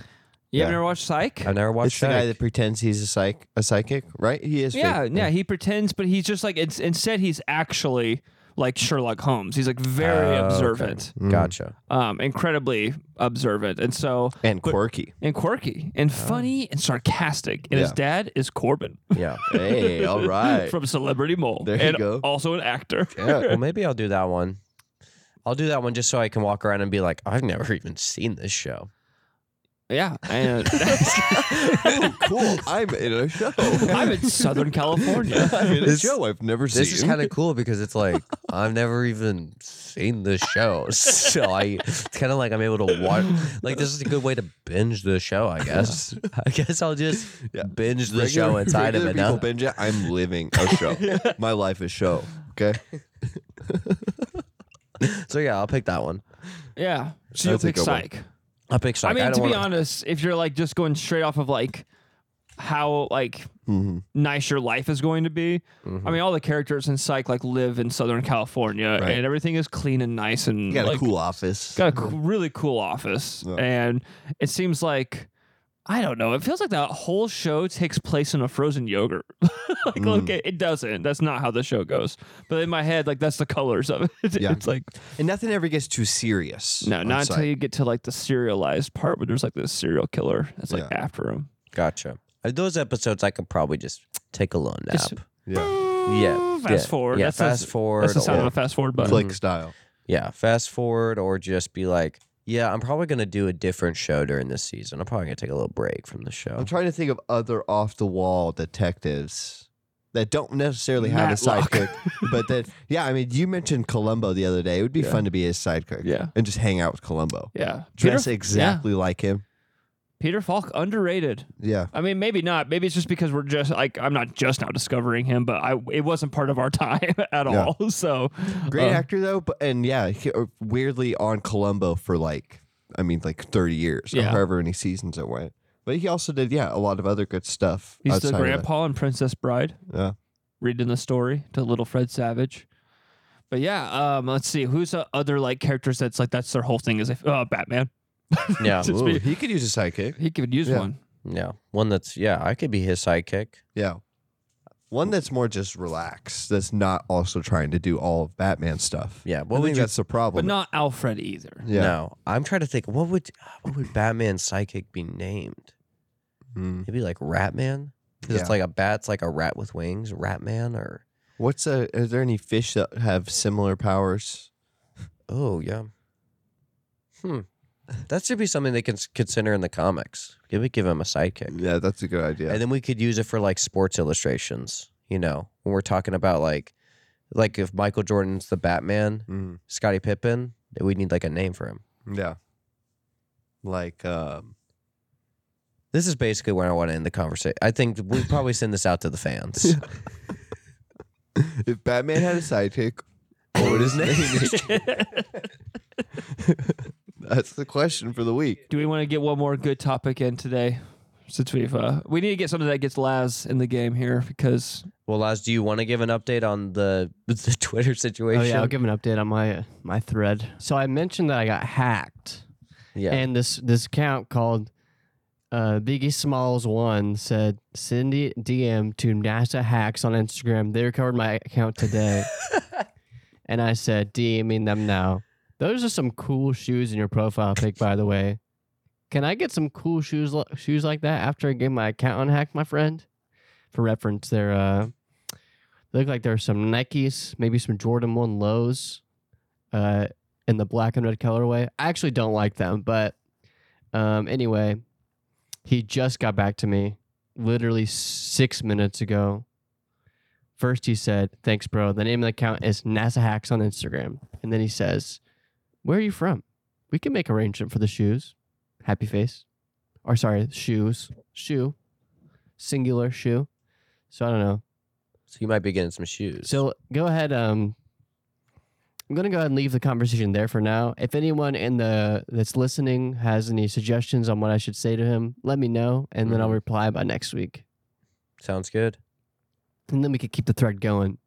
[SPEAKER 7] You
[SPEAKER 6] Yeah.
[SPEAKER 7] ever watched Psych?
[SPEAKER 5] I've never
[SPEAKER 6] It's
[SPEAKER 5] watched
[SPEAKER 6] the guy
[SPEAKER 5] Psych.
[SPEAKER 6] that pretends he's a psych, a psychic, right? He is.
[SPEAKER 7] yeah,
[SPEAKER 6] fake.
[SPEAKER 7] yeah. He pretends, but he's just like it's, instead he's actually like Sherlock Holmes. He's like very
[SPEAKER 5] Oh, okay.
[SPEAKER 7] observant,
[SPEAKER 6] Mm.
[SPEAKER 5] Gotcha.
[SPEAKER 7] um, incredibly observant, and so
[SPEAKER 6] and quirky. Oh.
[SPEAKER 7] and quirky and funny and sarcastic. And his
[SPEAKER 6] Yeah.
[SPEAKER 7] dad is Corbin [LAUGHS]
[SPEAKER 5] Yeah.
[SPEAKER 6] hey, all right.
[SPEAKER 7] from Celebrity Mole,
[SPEAKER 6] There you
[SPEAKER 7] and
[SPEAKER 6] go.
[SPEAKER 7] also an actor.
[SPEAKER 5] [LAUGHS] yeah. Well, maybe I'll do that one. I'll do that one just so I can walk around and be like, I've never even seen this show.
[SPEAKER 7] Yeah, [LAUGHS] and
[SPEAKER 6] oh, cool. I'm in a show.
[SPEAKER 7] [LAUGHS] I'm in Southern California.
[SPEAKER 6] [LAUGHS] I'm in a
[SPEAKER 5] This-
[SPEAKER 6] show I've never seen.
[SPEAKER 5] This is [LAUGHS] kind of cool because it's like I've never even seen the show, [LAUGHS] so I it's kind of like I'm able to watch. Like this is a good way to binge the show, I guess. [LAUGHS] I guess I'll just binge the show inside of it.
[SPEAKER 6] People
[SPEAKER 5] huh?
[SPEAKER 6] binge it. I'm living a
[SPEAKER 7] [LAUGHS]
[SPEAKER 6] show. My life is show. Okay.
[SPEAKER 5] So yeah, I'll pick that one.
[SPEAKER 7] Yeah. So you'll
[SPEAKER 6] That's a
[SPEAKER 7] pick
[SPEAKER 6] good one.
[SPEAKER 7] psych.
[SPEAKER 5] I'll pick. Psych.
[SPEAKER 7] I mean,
[SPEAKER 5] don't
[SPEAKER 7] to be
[SPEAKER 5] wanna-
[SPEAKER 7] honest, if you're like just going straight off of like how like
[SPEAKER 6] Mhm.
[SPEAKER 7] nice your life is going to be,
[SPEAKER 6] Mm-hmm.
[SPEAKER 7] I mean, all the characters in psych like live in Southern California
[SPEAKER 6] Right.
[SPEAKER 7] and everything is clean and nice and
[SPEAKER 6] You got
[SPEAKER 7] like,
[SPEAKER 6] a cool office.
[SPEAKER 7] got a coo- really cool office,
[SPEAKER 6] Yeah.
[SPEAKER 7] and it seems like. I don't know. It feels like that whole show takes place in a frozen yogurt. [LAUGHS] like,
[SPEAKER 6] Mm.
[SPEAKER 7] look, it, it doesn't. That's not how the show goes. But in my head, like, that's the colors of it. [LAUGHS]
[SPEAKER 6] Yeah.
[SPEAKER 7] It's like,
[SPEAKER 6] and nothing ever gets too serious.
[SPEAKER 7] No,
[SPEAKER 6] on
[SPEAKER 7] not until
[SPEAKER 6] site.
[SPEAKER 7] you get to like the serialized part where there's like this serial killer that's like
[SPEAKER 6] Yeah.
[SPEAKER 7] after him.
[SPEAKER 5] Gotcha. Uh, Those episodes, I could probably just take a little nap.
[SPEAKER 7] Just-
[SPEAKER 6] Yeah.
[SPEAKER 5] yeah.
[SPEAKER 7] Fast
[SPEAKER 5] yeah,
[SPEAKER 7] forward.
[SPEAKER 5] Yeah.
[SPEAKER 7] That's the-
[SPEAKER 5] fast forward.
[SPEAKER 7] That's the sound
[SPEAKER 5] or-
[SPEAKER 7] of a fast forward button.
[SPEAKER 6] Click style.
[SPEAKER 5] Yeah, fast forward or just be like, yeah, I'm probably gonna do a different show during this season. I'm probably gonna take a little break from the show.
[SPEAKER 6] I'm trying to think of other off the wall detectives that don't necessarily have a
[SPEAKER 7] Matlock. [LAUGHS]
[SPEAKER 6] sidekick, but that yeah, I mean, you mentioned Columbo the other day. It would be fun to be his sidekick,
[SPEAKER 7] Yeah.
[SPEAKER 6] and just hang out with Columbo,
[SPEAKER 7] yeah.
[SPEAKER 6] dress
[SPEAKER 7] Peter-
[SPEAKER 6] exactly like him.
[SPEAKER 7] yeah. Peter Falk underrated.
[SPEAKER 12] Yeah.
[SPEAKER 7] I mean, maybe not. Maybe it's just because we're just like I'm not just now discovering him, but I it wasn't part of our [LAUGHS] time at
[SPEAKER 12] Yeah.
[SPEAKER 7] all. [LAUGHS] So
[SPEAKER 12] Great
[SPEAKER 7] uh,
[SPEAKER 12] actor though, but and yeah, he, uh, weirdly on Columbo for like I mean like thirty years
[SPEAKER 7] Yeah.
[SPEAKER 12] or however many seasons it went. But he also did yeah a lot of other good stuff.
[SPEAKER 7] He's
[SPEAKER 12] outside
[SPEAKER 7] the
[SPEAKER 12] of that.
[SPEAKER 7] grandpa and Princess Bride.
[SPEAKER 12] Yeah.
[SPEAKER 7] reading the story to little Fred Savage. But yeah, um, let's see who's uh, other like characters that's like that's their whole thing is if, uh, Batman.
[SPEAKER 5] Yeah.
[SPEAKER 7] [LAUGHS] Just
[SPEAKER 12] Ooh,
[SPEAKER 7] be-
[SPEAKER 12] he could use a sidekick.
[SPEAKER 7] he could use
[SPEAKER 12] Yeah.
[SPEAKER 7] one.
[SPEAKER 5] Yeah. One that's, yeah, I could be his sidekick.
[SPEAKER 12] Yeah. One that's more just relaxed. That's not also trying to do all of Batman stuff.
[SPEAKER 5] Yeah,
[SPEAKER 12] I
[SPEAKER 5] what would
[SPEAKER 12] think
[SPEAKER 5] you-
[SPEAKER 12] that's the problem.
[SPEAKER 7] But not Alfred either.
[SPEAKER 12] yeah.
[SPEAKER 5] No, I'm trying to think. What would ah, what would Batman's sidekick be named?
[SPEAKER 12] Mm.
[SPEAKER 5] Maybe like Ratman, because
[SPEAKER 12] Yeah.
[SPEAKER 5] it's like a bat's like a rat with wings. Ratman or
[SPEAKER 12] What's a? Are there any fish that have similar powers?
[SPEAKER 5] oh yeah, hmm. That should be something they can s- consider in the comics. Give it, give him a sidekick,
[SPEAKER 12] Yeah, that's a good idea.
[SPEAKER 5] and then we could use it for like sports illustrations. You know, when we're talking about like, like if Michael Jordan's the Batman,
[SPEAKER 12] Mm,
[SPEAKER 5] Scottie Pippen, we need like a name for him.
[SPEAKER 12] yeah. Like, um,
[SPEAKER 5] This is basically where I want to end the conversation. I think we probably send this out to
[SPEAKER 12] [LAUGHS]
[SPEAKER 5] the fans.
[SPEAKER 12] if Batman had a sidekick, what would his name be? That's the question for the week.
[SPEAKER 7] Do we want to get one more good topic in today? Since we've uh, we need to get something that gets Laz in the game here because
[SPEAKER 5] Well, Laz, do you want to give an update on the [LAUGHS] the Twitter situation?
[SPEAKER 6] Oh yeah, I'll give an update on my uh, my thread. So I mentioned that I got hacked,
[SPEAKER 5] Yeah.
[SPEAKER 6] and this this account called uh, Biggie Smalls One said send a DM to NASA hacks on Instagram. They recovered my
[SPEAKER 5] [LAUGHS]
[SPEAKER 6] account today, and I said DMing them now. Those are some cool shoes in your profile pic, by the way. Can I get some cool shoes li- shoes like that after I get my account unhacked, my friend? For reference, they're uh, they look like there are some Nikes, maybe some Jordan One lows, uh, in the black and red colorway. I actually don't like them, but um, anyway, he just got back to me literally six minutes ago. First, he said, "Thanks, bro." The name of the account is NASA Hacks on Instagram, and then he says, "Where are you from? We can make arrangement for the shoes." Happy face, or sorry, shoes, shoe, singular shoe. So I don't know.
[SPEAKER 5] so you might be getting some shoes.
[SPEAKER 6] So go ahead. Um, I'm gonna go ahead and leave the conversation there for now. If anyone in the that's listening has any suggestions on what I should say to him, let me know, and then I'll
[SPEAKER 5] Mhm.
[SPEAKER 6] reply by next week,
[SPEAKER 5] sounds good.
[SPEAKER 6] and then we could keep the thread going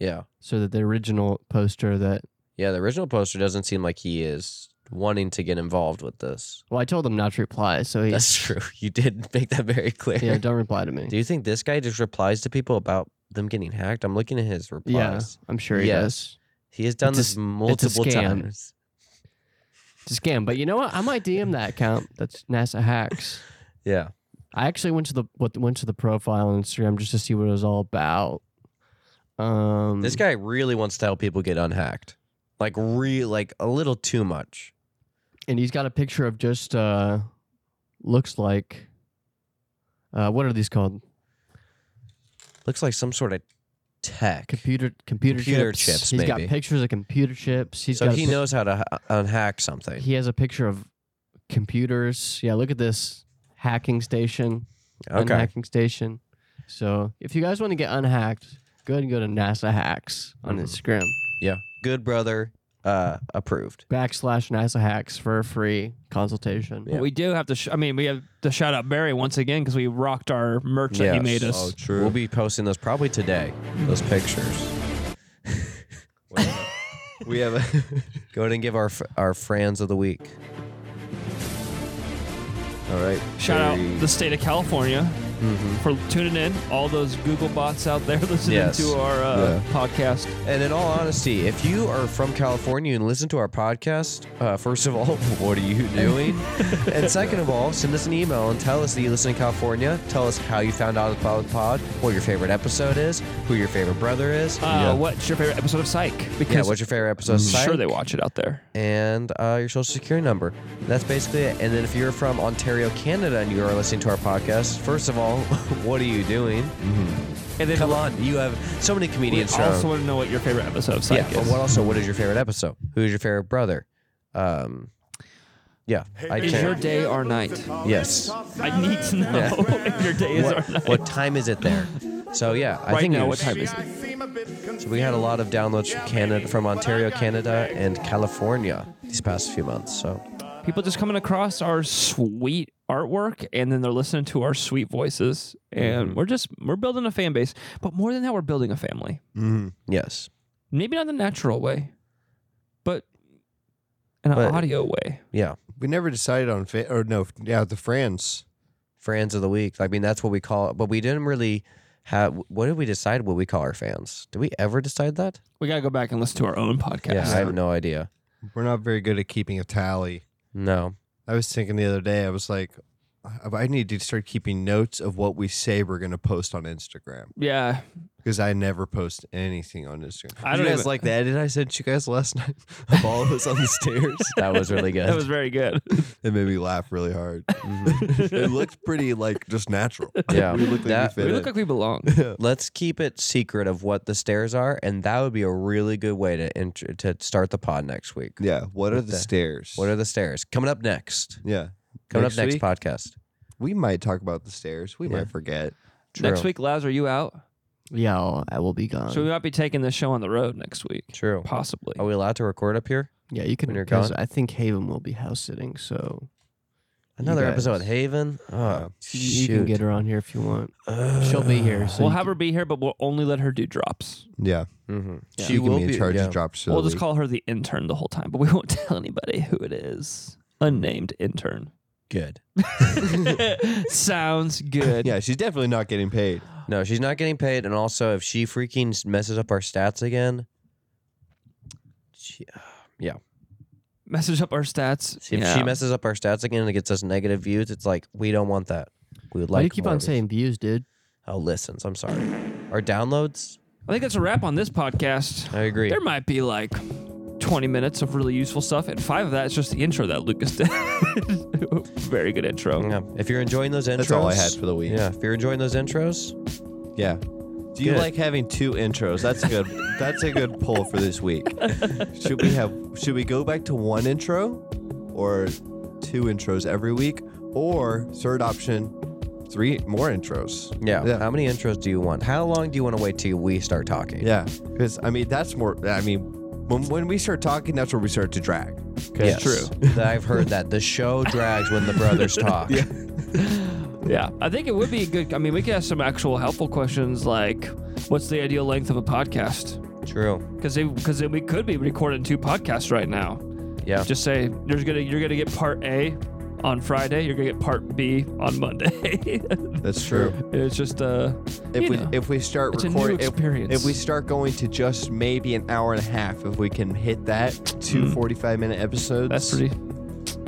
[SPEAKER 5] Yeah,
[SPEAKER 6] so that the original poster that
[SPEAKER 5] yeah. The original poster doesn't seem like he is wanting to get involved with this.
[SPEAKER 6] well, I told him not to reply, so he
[SPEAKER 5] That's true. You did make that very clear.
[SPEAKER 6] [LAUGHS]
[SPEAKER 5] [LAUGHS]
[SPEAKER 6] yeah, don't reply to me.
[SPEAKER 5] Do you think this guy just replies to people about them getting hacked? I'm looking at his
[SPEAKER 6] yeah,
[SPEAKER 5] replies.
[SPEAKER 6] I'm sure he
[SPEAKER 5] Yes.
[SPEAKER 6] does.
[SPEAKER 5] He has done
[SPEAKER 6] It's a s-
[SPEAKER 5] this
[SPEAKER 6] it's a
[SPEAKER 5] multiple
[SPEAKER 6] scam.
[SPEAKER 5] times.
[SPEAKER 6] It's a scam, but you know what? I might DM that account. That's NASA hacks.
[SPEAKER 5] Yeah.
[SPEAKER 6] I actually went to the what- went to the profile on Instagram just to see what it was all about. Um,
[SPEAKER 5] This guy really wants to help people get unhacked. Like real like a little too much.
[SPEAKER 6] and he's got a picture of just uh, looks like uh, what are these called?
[SPEAKER 5] Looks like some sort of tech.
[SPEAKER 6] Computer computer,
[SPEAKER 5] Computer
[SPEAKER 6] chips.
[SPEAKER 5] chips,
[SPEAKER 6] He's got
[SPEAKER 5] maybe.
[SPEAKER 6] pictures of computer chips. He's
[SPEAKER 5] so
[SPEAKER 6] got a
[SPEAKER 5] he
[SPEAKER 6] pic-
[SPEAKER 5] knows how to h- unhack something.
[SPEAKER 6] He has a picture of computers. Yeah, look at this hacking station.
[SPEAKER 5] okay.
[SPEAKER 6] Unhacking station. So if you guys want to get unhacked, go ahead and go to NASA hacks on
[SPEAKER 5] Mhm.
[SPEAKER 6] Instagram.
[SPEAKER 5] Yeah. Good brother. Uh, approved.
[SPEAKER 6] backslash NASA hacks for a free consultation.
[SPEAKER 5] Yeah.
[SPEAKER 7] we do have to. Sh- I mean, we have to shout out Barry once again because we rocked our merch that he
[SPEAKER 5] Yes.
[SPEAKER 7] made
[SPEAKER 12] Oh,
[SPEAKER 7] us.
[SPEAKER 12] true.
[SPEAKER 5] We'll be posting those probably today. Those pictures.
[SPEAKER 12] [LAUGHS] we have a.
[SPEAKER 5] [LAUGHS] Go ahead and give our f- our friends of the week.
[SPEAKER 12] all right.
[SPEAKER 7] Shout
[SPEAKER 12] Barry.
[SPEAKER 7] out the state of California for tuning in. All those Google bots out there [LAUGHS] listening
[SPEAKER 5] Mm-hmm. Yes.
[SPEAKER 7] to our uh, podcast.
[SPEAKER 5] And in all honesty, if you are from California and listen to our podcast, uh, first of all, [LAUGHS] what are you
[SPEAKER 7] [LAUGHS]
[SPEAKER 5] doing? and second of all, send us an email and tell us that you listen in California. Tell us how you found out about the pod, what your favorite episode is, who your favorite brother is.
[SPEAKER 7] Uh, What's your favorite episode of Psych? Because
[SPEAKER 5] yeah, what's your favorite episode? of
[SPEAKER 7] I'm sure
[SPEAKER 5] Psych?
[SPEAKER 7] they watch it out there.
[SPEAKER 5] and uh, your social security number. That's basically it. And then if you're from Ontario, Canada, and you are listening to our podcast, first of all, [LAUGHS] what are you doing?
[SPEAKER 7] And then
[SPEAKER 5] Come on, you have so many
[SPEAKER 7] Mm-hmm. we
[SPEAKER 5] comedians.
[SPEAKER 7] also
[SPEAKER 5] from,
[SPEAKER 7] want to know what your favorite episode of Psych
[SPEAKER 5] yeah, but
[SPEAKER 7] is.
[SPEAKER 5] what also? What is your favorite episode? Who is your favorite brother? Um, Yeah, I
[SPEAKER 7] is
[SPEAKER 5] change.
[SPEAKER 7] your day our night?
[SPEAKER 5] yes.
[SPEAKER 7] I need [LAUGHS] to know if your day is our night.
[SPEAKER 5] What time is it there? So yeah, I
[SPEAKER 7] Right
[SPEAKER 5] think
[SPEAKER 7] now,
[SPEAKER 5] it
[SPEAKER 7] what
[SPEAKER 5] was-
[SPEAKER 7] time is it?
[SPEAKER 5] So we had a lot of downloads from Canada, from Ontario, Canada, and California these past few months. So
[SPEAKER 7] People just coming across our sweet artwork, and then they're listening to our sweet voices, and
[SPEAKER 5] Mm-hmm.
[SPEAKER 7] we're just we're building a fan base. But more than that, we're building a family.
[SPEAKER 5] yes,
[SPEAKER 7] Maybe not the natural way, but an
[SPEAKER 5] But-
[SPEAKER 7] audio way.
[SPEAKER 5] yeah,
[SPEAKER 6] We never decided on fa- or no, yeah, the friends.
[SPEAKER 5] fans of the week. I mean, that's what we call it. But we didn't really have. What did we decide? What we call our fans? Did we ever decide that?
[SPEAKER 7] We gotta go back and listen to our own podcast.
[SPEAKER 5] Yeah, I have no idea.
[SPEAKER 6] We're not very good at keeping a tally.
[SPEAKER 5] No.
[SPEAKER 6] I was thinking the other day, I was like, I I need to start keeping notes of what we say we're going to post on Instagram
[SPEAKER 7] yeah.
[SPEAKER 6] because I never post anything on Instagram.
[SPEAKER 7] I
[SPEAKER 6] Did
[SPEAKER 7] don't
[SPEAKER 6] you guys
[SPEAKER 7] even-
[SPEAKER 6] like the edit I sent you guys last night [LAUGHS] of all of us on the stairs.
[SPEAKER 5] [LAUGHS] That was really good.
[SPEAKER 7] That was
[SPEAKER 6] [LAUGHS]
[SPEAKER 7] very good.
[SPEAKER 6] It made me laugh really hard.
[SPEAKER 7] [LAUGHS]
[SPEAKER 6] it looked pretty like just natural.
[SPEAKER 5] Mm-hmm. [LAUGHS] Yeah.
[SPEAKER 6] we looked like
[SPEAKER 5] That-
[SPEAKER 6] we fit
[SPEAKER 7] we
[SPEAKER 6] in.
[SPEAKER 7] look like we belong.
[SPEAKER 5] Let's keep it secret of what the stairs are, and that would be a really good way to int- to start the pod next week.
[SPEAKER 6] yeah. What are the,
[SPEAKER 5] the-
[SPEAKER 6] stairs?
[SPEAKER 5] What are the stairs coming up next?
[SPEAKER 6] yeah.
[SPEAKER 5] Coming up next
[SPEAKER 6] week,
[SPEAKER 5] podcast.
[SPEAKER 6] we might talk about the stairs. We
[SPEAKER 5] Yeah.
[SPEAKER 6] might forget.
[SPEAKER 5] [LAUGHS]
[SPEAKER 7] Next
[SPEAKER 5] True.
[SPEAKER 7] week, Laz, are you out?
[SPEAKER 4] Yeah, I will be gone.
[SPEAKER 5] uh,
[SPEAKER 7] So we might be taking this show on the road next week,
[SPEAKER 5] True.
[SPEAKER 7] possibly.
[SPEAKER 5] Are we allowed to record up here?
[SPEAKER 4] yeah, you can.
[SPEAKER 5] when you're
[SPEAKER 4] 'cause
[SPEAKER 5] gone?
[SPEAKER 4] I think Haven will be house sitting, so you
[SPEAKER 5] Another episode with
[SPEAKER 4] guys-
[SPEAKER 5] Haven. Oh,
[SPEAKER 4] You, you can
[SPEAKER 5] shoot.
[SPEAKER 4] get her on here if you want. She'll be here. So
[SPEAKER 7] we'll
[SPEAKER 4] you
[SPEAKER 7] have
[SPEAKER 4] can-
[SPEAKER 7] her be here, but we'll only let her do drops.
[SPEAKER 6] Yeah.
[SPEAKER 5] Mhm.
[SPEAKER 6] She can be in charge
[SPEAKER 5] yeah.
[SPEAKER 6] of drops. for
[SPEAKER 7] We'll
[SPEAKER 6] the
[SPEAKER 7] just
[SPEAKER 6] week.
[SPEAKER 7] call her the intern the whole time, but we [LAUGHS] won't tell anybody who it is. Unnamed intern.
[SPEAKER 5] Good.
[SPEAKER 7] Sounds good.
[SPEAKER 6] Yeah, she's definitely not getting paid.
[SPEAKER 5] No, she's not getting paid. And also, if she freaking s- messes up our stats again, she, yeah.
[SPEAKER 7] Message up our stats.
[SPEAKER 5] See, If
[SPEAKER 7] yeah.
[SPEAKER 5] she messes up our stats again and it gets us negative views, it's like, we don't want that. We would
[SPEAKER 4] Why
[SPEAKER 5] like
[SPEAKER 4] do you keep
[SPEAKER 5] more
[SPEAKER 4] on
[SPEAKER 5] of it.
[SPEAKER 4] saying views, dude?
[SPEAKER 5] Oh, listens. I'm sorry. Our downloads?
[SPEAKER 7] I think that's a wrap on this podcast.
[SPEAKER 5] I agree.
[SPEAKER 7] There might be like 20 minutes of really useful stuff, and five of that is just the intro that Lucas [LAUGHS] did. Very good intro.
[SPEAKER 5] Yeah. If you're enjoying those intros,
[SPEAKER 6] That's all I had for the week.
[SPEAKER 5] Yeah. If you're enjoying those intros,
[SPEAKER 6] Yeah. Do you
[SPEAKER 5] Good.
[SPEAKER 6] like having two intros? That's
[SPEAKER 5] [LAUGHS]
[SPEAKER 6] a good. that's a good poll for this week. Should we have? Should we go back to one intro, or two intros every week, or third option, three more intros?
[SPEAKER 5] yeah.
[SPEAKER 6] Yeah.
[SPEAKER 5] How many intros do you want? How long do you want to wait till we start talking?
[SPEAKER 6] Yeah. Because I mean, that's more. I mean, when when we start talking, that's where we start to drag.
[SPEAKER 5] Yes.
[SPEAKER 7] true.
[SPEAKER 5] That I've heard that the show drags when the
[SPEAKER 6] [LAUGHS]
[SPEAKER 5] brothers talk. yeah.
[SPEAKER 7] Yeah, I think it would be good. I mean, we could ask some actual helpful questions like, "What's the ideal length of a podcast?"
[SPEAKER 5] True.
[SPEAKER 7] Because because we could be recording two podcasts right now.
[SPEAKER 5] Yeah.
[SPEAKER 7] Just say there's gonna you're gonna get part A on Friday. You're gonna get part B on Monday. [LAUGHS]
[SPEAKER 6] That's true.
[SPEAKER 7] it's just uh,
[SPEAKER 6] If
[SPEAKER 7] you
[SPEAKER 6] we
[SPEAKER 7] know.
[SPEAKER 6] if we start
[SPEAKER 7] it's a new
[SPEAKER 6] recording, if,
[SPEAKER 7] experience.
[SPEAKER 6] if we start going to just maybe an hour and a half, if we can hit that two 45 minute episodes,
[SPEAKER 7] Mm. that's pretty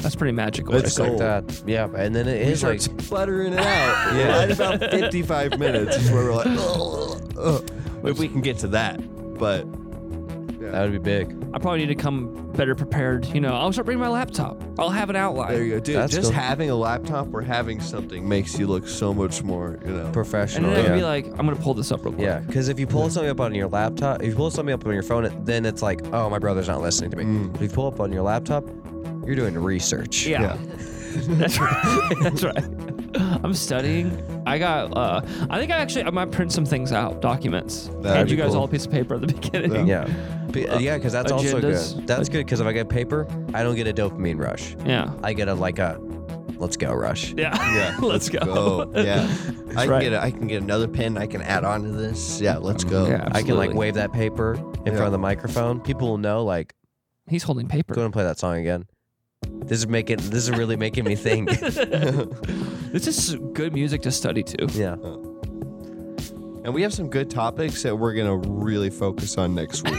[SPEAKER 7] that's pretty magical.
[SPEAKER 6] Let's
[SPEAKER 7] right
[SPEAKER 6] go.
[SPEAKER 5] like that. Yeah. And then it
[SPEAKER 6] we
[SPEAKER 5] is
[SPEAKER 6] start
[SPEAKER 5] like
[SPEAKER 6] sputtering
[SPEAKER 5] [LAUGHS]
[SPEAKER 6] it out. yeah. Right about 55 minutes is where we're like, "Ugh, ugh." if we can get to that. But
[SPEAKER 5] that would be big.
[SPEAKER 7] there. I probably need to come better prepared. You know, I'll start bringing my laptop. I'll have an outline.
[SPEAKER 6] there you go, dude.
[SPEAKER 5] That's
[SPEAKER 6] just
[SPEAKER 5] cool.
[SPEAKER 6] having a laptop or having something makes you look so much more, you know.
[SPEAKER 7] And
[SPEAKER 5] Professional.
[SPEAKER 7] then I
[SPEAKER 5] yeah.
[SPEAKER 7] can be like, I'm gonna pull this up real quick.
[SPEAKER 5] yeah, because if you pull something up on your laptop, if you pull something up on your phone, it- then it's like, oh, my brother's not listening to me.
[SPEAKER 6] Mm.
[SPEAKER 5] If you pull up on your laptop, you're doing research.
[SPEAKER 7] Yeah. [LAUGHS] That's right. [LAUGHS] That's right. I'm studying. I got. Uh, I think I actually I might print some things out, documents.
[SPEAKER 6] That'd
[SPEAKER 7] Hand
[SPEAKER 6] be
[SPEAKER 7] you guys
[SPEAKER 6] cool.
[SPEAKER 7] all a piece of paper at the beginning.
[SPEAKER 6] Yeah.
[SPEAKER 5] Yeah. Be-
[SPEAKER 7] Uh,
[SPEAKER 5] yeah, because that's also
[SPEAKER 7] agendas.
[SPEAKER 5] good. That's good because if I get paper, I don't get a dopamine rush.
[SPEAKER 7] [LAUGHS] Yeah.
[SPEAKER 5] I get a like a let's go rush.
[SPEAKER 7] Yeah.
[SPEAKER 6] Yeah.
[SPEAKER 7] [LAUGHS] Let's go.
[SPEAKER 6] Go.
[SPEAKER 5] [LAUGHS]
[SPEAKER 6] Yeah. I can
[SPEAKER 7] right.
[SPEAKER 6] get a, I can get another pen I can add on to this. Yeah, let's go.
[SPEAKER 7] Yeah.
[SPEAKER 5] I can like
[SPEAKER 7] absolutely.
[SPEAKER 5] wave that paper in front
[SPEAKER 6] Yeah.
[SPEAKER 5] of the microphone. People will know like
[SPEAKER 7] He's holding paper.
[SPEAKER 5] go and play that song again. This is making this is really making me
[SPEAKER 6] [LAUGHS]
[SPEAKER 5] think.
[SPEAKER 7] This is good music to study to.
[SPEAKER 5] yeah.
[SPEAKER 6] And we have some good topics that we're gonna really focus on next week.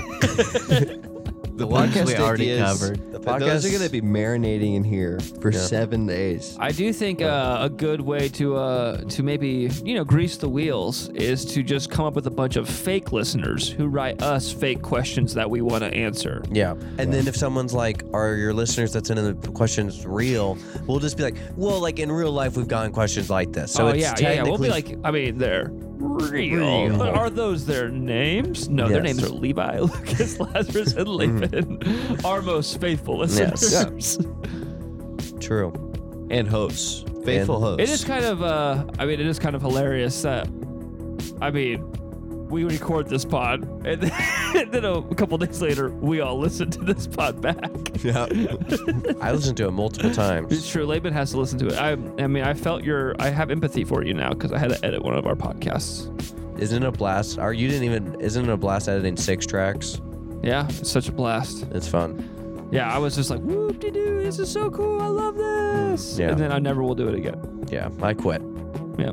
[SPEAKER 6] the
[SPEAKER 4] ones
[SPEAKER 6] podcast
[SPEAKER 4] we already
[SPEAKER 6] ideas,
[SPEAKER 4] covered.
[SPEAKER 5] The
[SPEAKER 6] Those are
[SPEAKER 5] podcast-
[SPEAKER 6] gonna be marinating in here for seven days.
[SPEAKER 7] I do think uh, a good way to uh, to maybe you know grease the wheels is to just come up with a bunch of fake listeners who write us fake questions that we want to answer.
[SPEAKER 5] Yeah. And then if someone's like, are your listeners that's in the questions real? We'll just be like, well, like in real life, we've gotten questions like this. So
[SPEAKER 7] oh
[SPEAKER 5] it's
[SPEAKER 7] yeah, yeah, yeah. We'll be
[SPEAKER 5] technically-
[SPEAKER 7] like, I mean, they're real.
[SPEAKER 5] Real.
[SPEAKER 7] But are those their names? No, their
[SPEAKER 5] Yes. Mm-hmm.
[SPEAKER 7] names are Levi, [LAUGHS] Lucas, Lazarus, and Laban. Our most faithful [LAUGHS]
[SPEAKER 5] Yes.
[SPEAKER 7] listeners.
[SPEAKER 5] True.
[SPEAKER 13] and hosts, faithful
[SPEAKER 5] And-
[SPEAKER 13] hosts.
[SPEAKER 7] It is kind of, uh, I mean, it is kind of hilarious that, I mean, we record this pod, and then, [LAUGHS] and then a couple days later, we all listen to this pod back.
[SPEAKER 13] yeah.
[SPEAKER 5] I listened to it multiple
[SPEAKER 7] It's
[SPEAKER 5] times.
[SPEAKER 7] true. Laban has to listen to it. I, I mean, I felt your, I have empathy for you now because I had to edit one of our podcasts.
[SPEAKER 5] Isn't it a blast? Are you didn't even? Isn't it a blast editing six tracks?
[SPEAKER 7] Yeah, it's such a blast.
[SPEAKER 5] It's fun.
[SPEAKER 7] Yeah, I was just like, whoop de doo, this is so cool. I love this.
[SPEAKER 5] Yeah.
[SPEAKER 7] And then I never will do it again.
[SPEAKER 5] Yeah, I quit.
[SPEAKER 7] Yeah.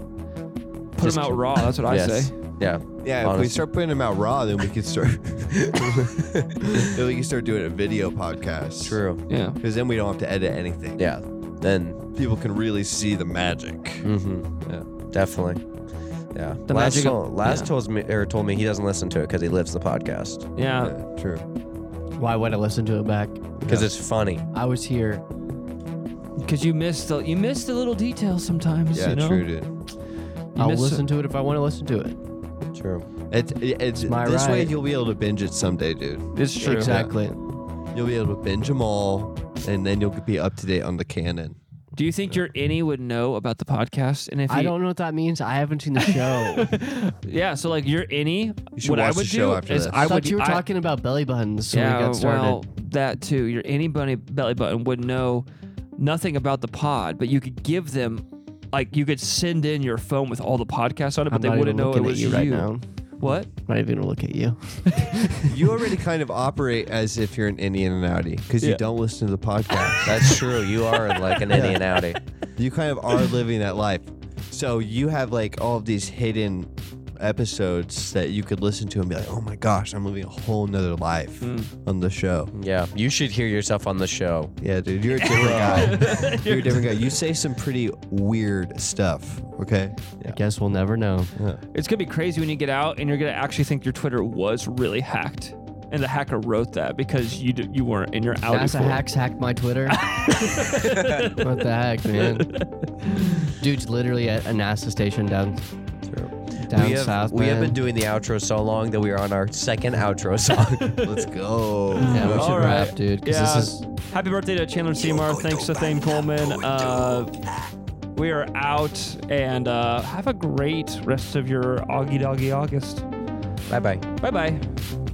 [SPEAKER 7] Put
[SPEAKER 5] Just
[SPEAKER 7] them out
[SPEAKER 5] keep-
[SPEAKER 7] raw. That's what I
[SPEAKER 5] yes.
[SPEAKER 7] say.
[SPEAKER 5] Yeah.
[SPEAKER 13] Yeah, if we
[SPEAKER 5] Honestly.
[SPEAKER 13] start putting them out raw, then we can start.
[SPEAKER 5] [LAUGHS]
[SPEAKER 6] [LAUGHS]
[SPEAKER 13] then we can start doing a video podcast.
[SPEAKER 5] True.
[SPEAKER 7] Yeah.
[SPEAKER 13] Because then we don't have to edit anything.
[SPEAKER 5] Yeah. Then.
[SPEAKER 13] People can really see the magic.
[SPEAKER 5] Mm-hmm. Yeah. Definitely. Yeah.
[SPEAKER 7] The
[SPEAKER 5] Last
[SPEAKER 7] magic of-
[SPEAKER 5] told, Last
[SPEAKER 7] yeah.
[SPEAKER 5] told me or told me he doesn't listen to it because he lives the podcast
[SPEAKER 7] Yeah.
[SPEAKER 13] True.
[SPEAKER 6] Why would I listen to it back?
[SPEAKER 5] because it's funny.
[SPEAKER 6] I was here.
[SPEAKER 7] Because you miss the you miss the little details sometimes.
[SPEAKER 13] Yeah,
[SPEAKER 7] you know?
[SPEAKER 13] true, dude.
[SPEAKER 7] You
[SPEAKER 6] I'll
[SPEAKER 7] miss-
[SPEAKER 6] listen to it if I want to listen to it.
[SPEAKER 5] True.
[SPEAKER 13] It, it, it's
[SPEAKER 6] my
[SPEAKER 13] this way
[SPEAKER 6] right.
[SPEAKER 13] you'll be able to binge it someday, dude.
[SPEAKER 7] It's true.
[SPEAKER 6] Exactly.
[SPEAKER 13] You'll be able to binge them all, and then you'll be up to date on the canon.
[SPEAKER 7] Do you think your any would know about the podcast? And if
[SPEAKER 6] I
[SPEAKER 7] he-
[SPEAKER 6] don't know what that means. I haven't
[SPEAKER 7] [LAUGHS]
[SPEAKER 6] seen the show.
[SPEAKER 7] yeah, so like your any,
[SPEAKER 13] You should
[SPEAKER 7] what I
[SPEAKER 13] watch the
[SPEAKER 7] would
[SPEAKER 13] show
[SPEAKER 7] do
[SPEAKER 13] after
[SPEAKER 7] is
[SPEAKER 13] this.
[SPEAKER 7] I
[SPEAKER 6] I thought
[SPEAKER 7] would
[SPEAKER 6] you were
[SPEAKER 7] I-
[SPEAKER 6] talking about belly buttons when we got started.
[SPEAKER 7] well, that too. Your any bunny belly button would know nothing about the pod, but you could give them, like, you could send in your phone with all the podcasts on it, but
[SPEAKER 6] I'm
[SPEAKER 7] they
[SPEAKER 6] not
[SPEAKER 7] wouldn't
[SPEAKER 6] even
[SPEAKER 7] know it
[SPEAKER 6] looking at
[SPEAKER 7] was
[SPEAKER 6] you right now.
[SPEAKER 7] What?
[SPEAKER 6] Not even gonna look at you.
[SPEAKER 13] You already kind of operate as if you're an Indian and outie because
[SPEAKER 7] Yeah.
[SPEAKER 13] you don't listen to the podcast.
[SPEAKER 5] That's true. You are like an Indian outie.
[SPEAKER 13] you kind of are living that life. So you have like all of these hidden episodes that you could listen to and be like, oh my gosh, I'm living a whole nother life
[SPEAKER 7] Mm.
[SPEAKER 13] on the show.
[SPEAKER 5] Yeah. You should hear yourself on the show.
[SPEAKER 13] Yeah, dude, you're a different guy. You're a different guy. You say some pretty weird stuff, okay?
[SPEAKER 6] I guess we'll never know.
[SPEAKER 7] It's gonna be crazy when you get out, and you're gonna actually think your Twitter was really hacked, and the hacker wrote that because you d- you weren't in your out.
[SPEAKER 6] NASA hacks hacked my
[SPEAKER 7] [LAUGHS]
[SPEAKER 6] Twitter. what the heck, man? Dude's literally at a NASA station down
[SPEAKER 5] True.
[SPEAKER 6] down
[SPEAKER 5] we have,
[SPEAKER 6] south.
[SPEAKER 5] we have
[SPEAKER 6] man.
[SPEAKER 5] been doing the outro so long that we are on our second outro song.
[SPEAKER 13] Let's go.
[SPEAKER 6] Yeah, we should
[SPEAKER 7] All right.
[SPEAKER 6] wrap, dude. 'cause
[SPEAKER 7] Yeah.
[SPEAKER 6] this is
[SPEAKER 7] Happy birthday to Chandler Seymour. Thanks to Thane Coleman. Uh, we are out, and uh, have a great rest of your Augie Doggy August.
[SPEAKER 5] bye bye.
[SPEAKER 7] Bye bye.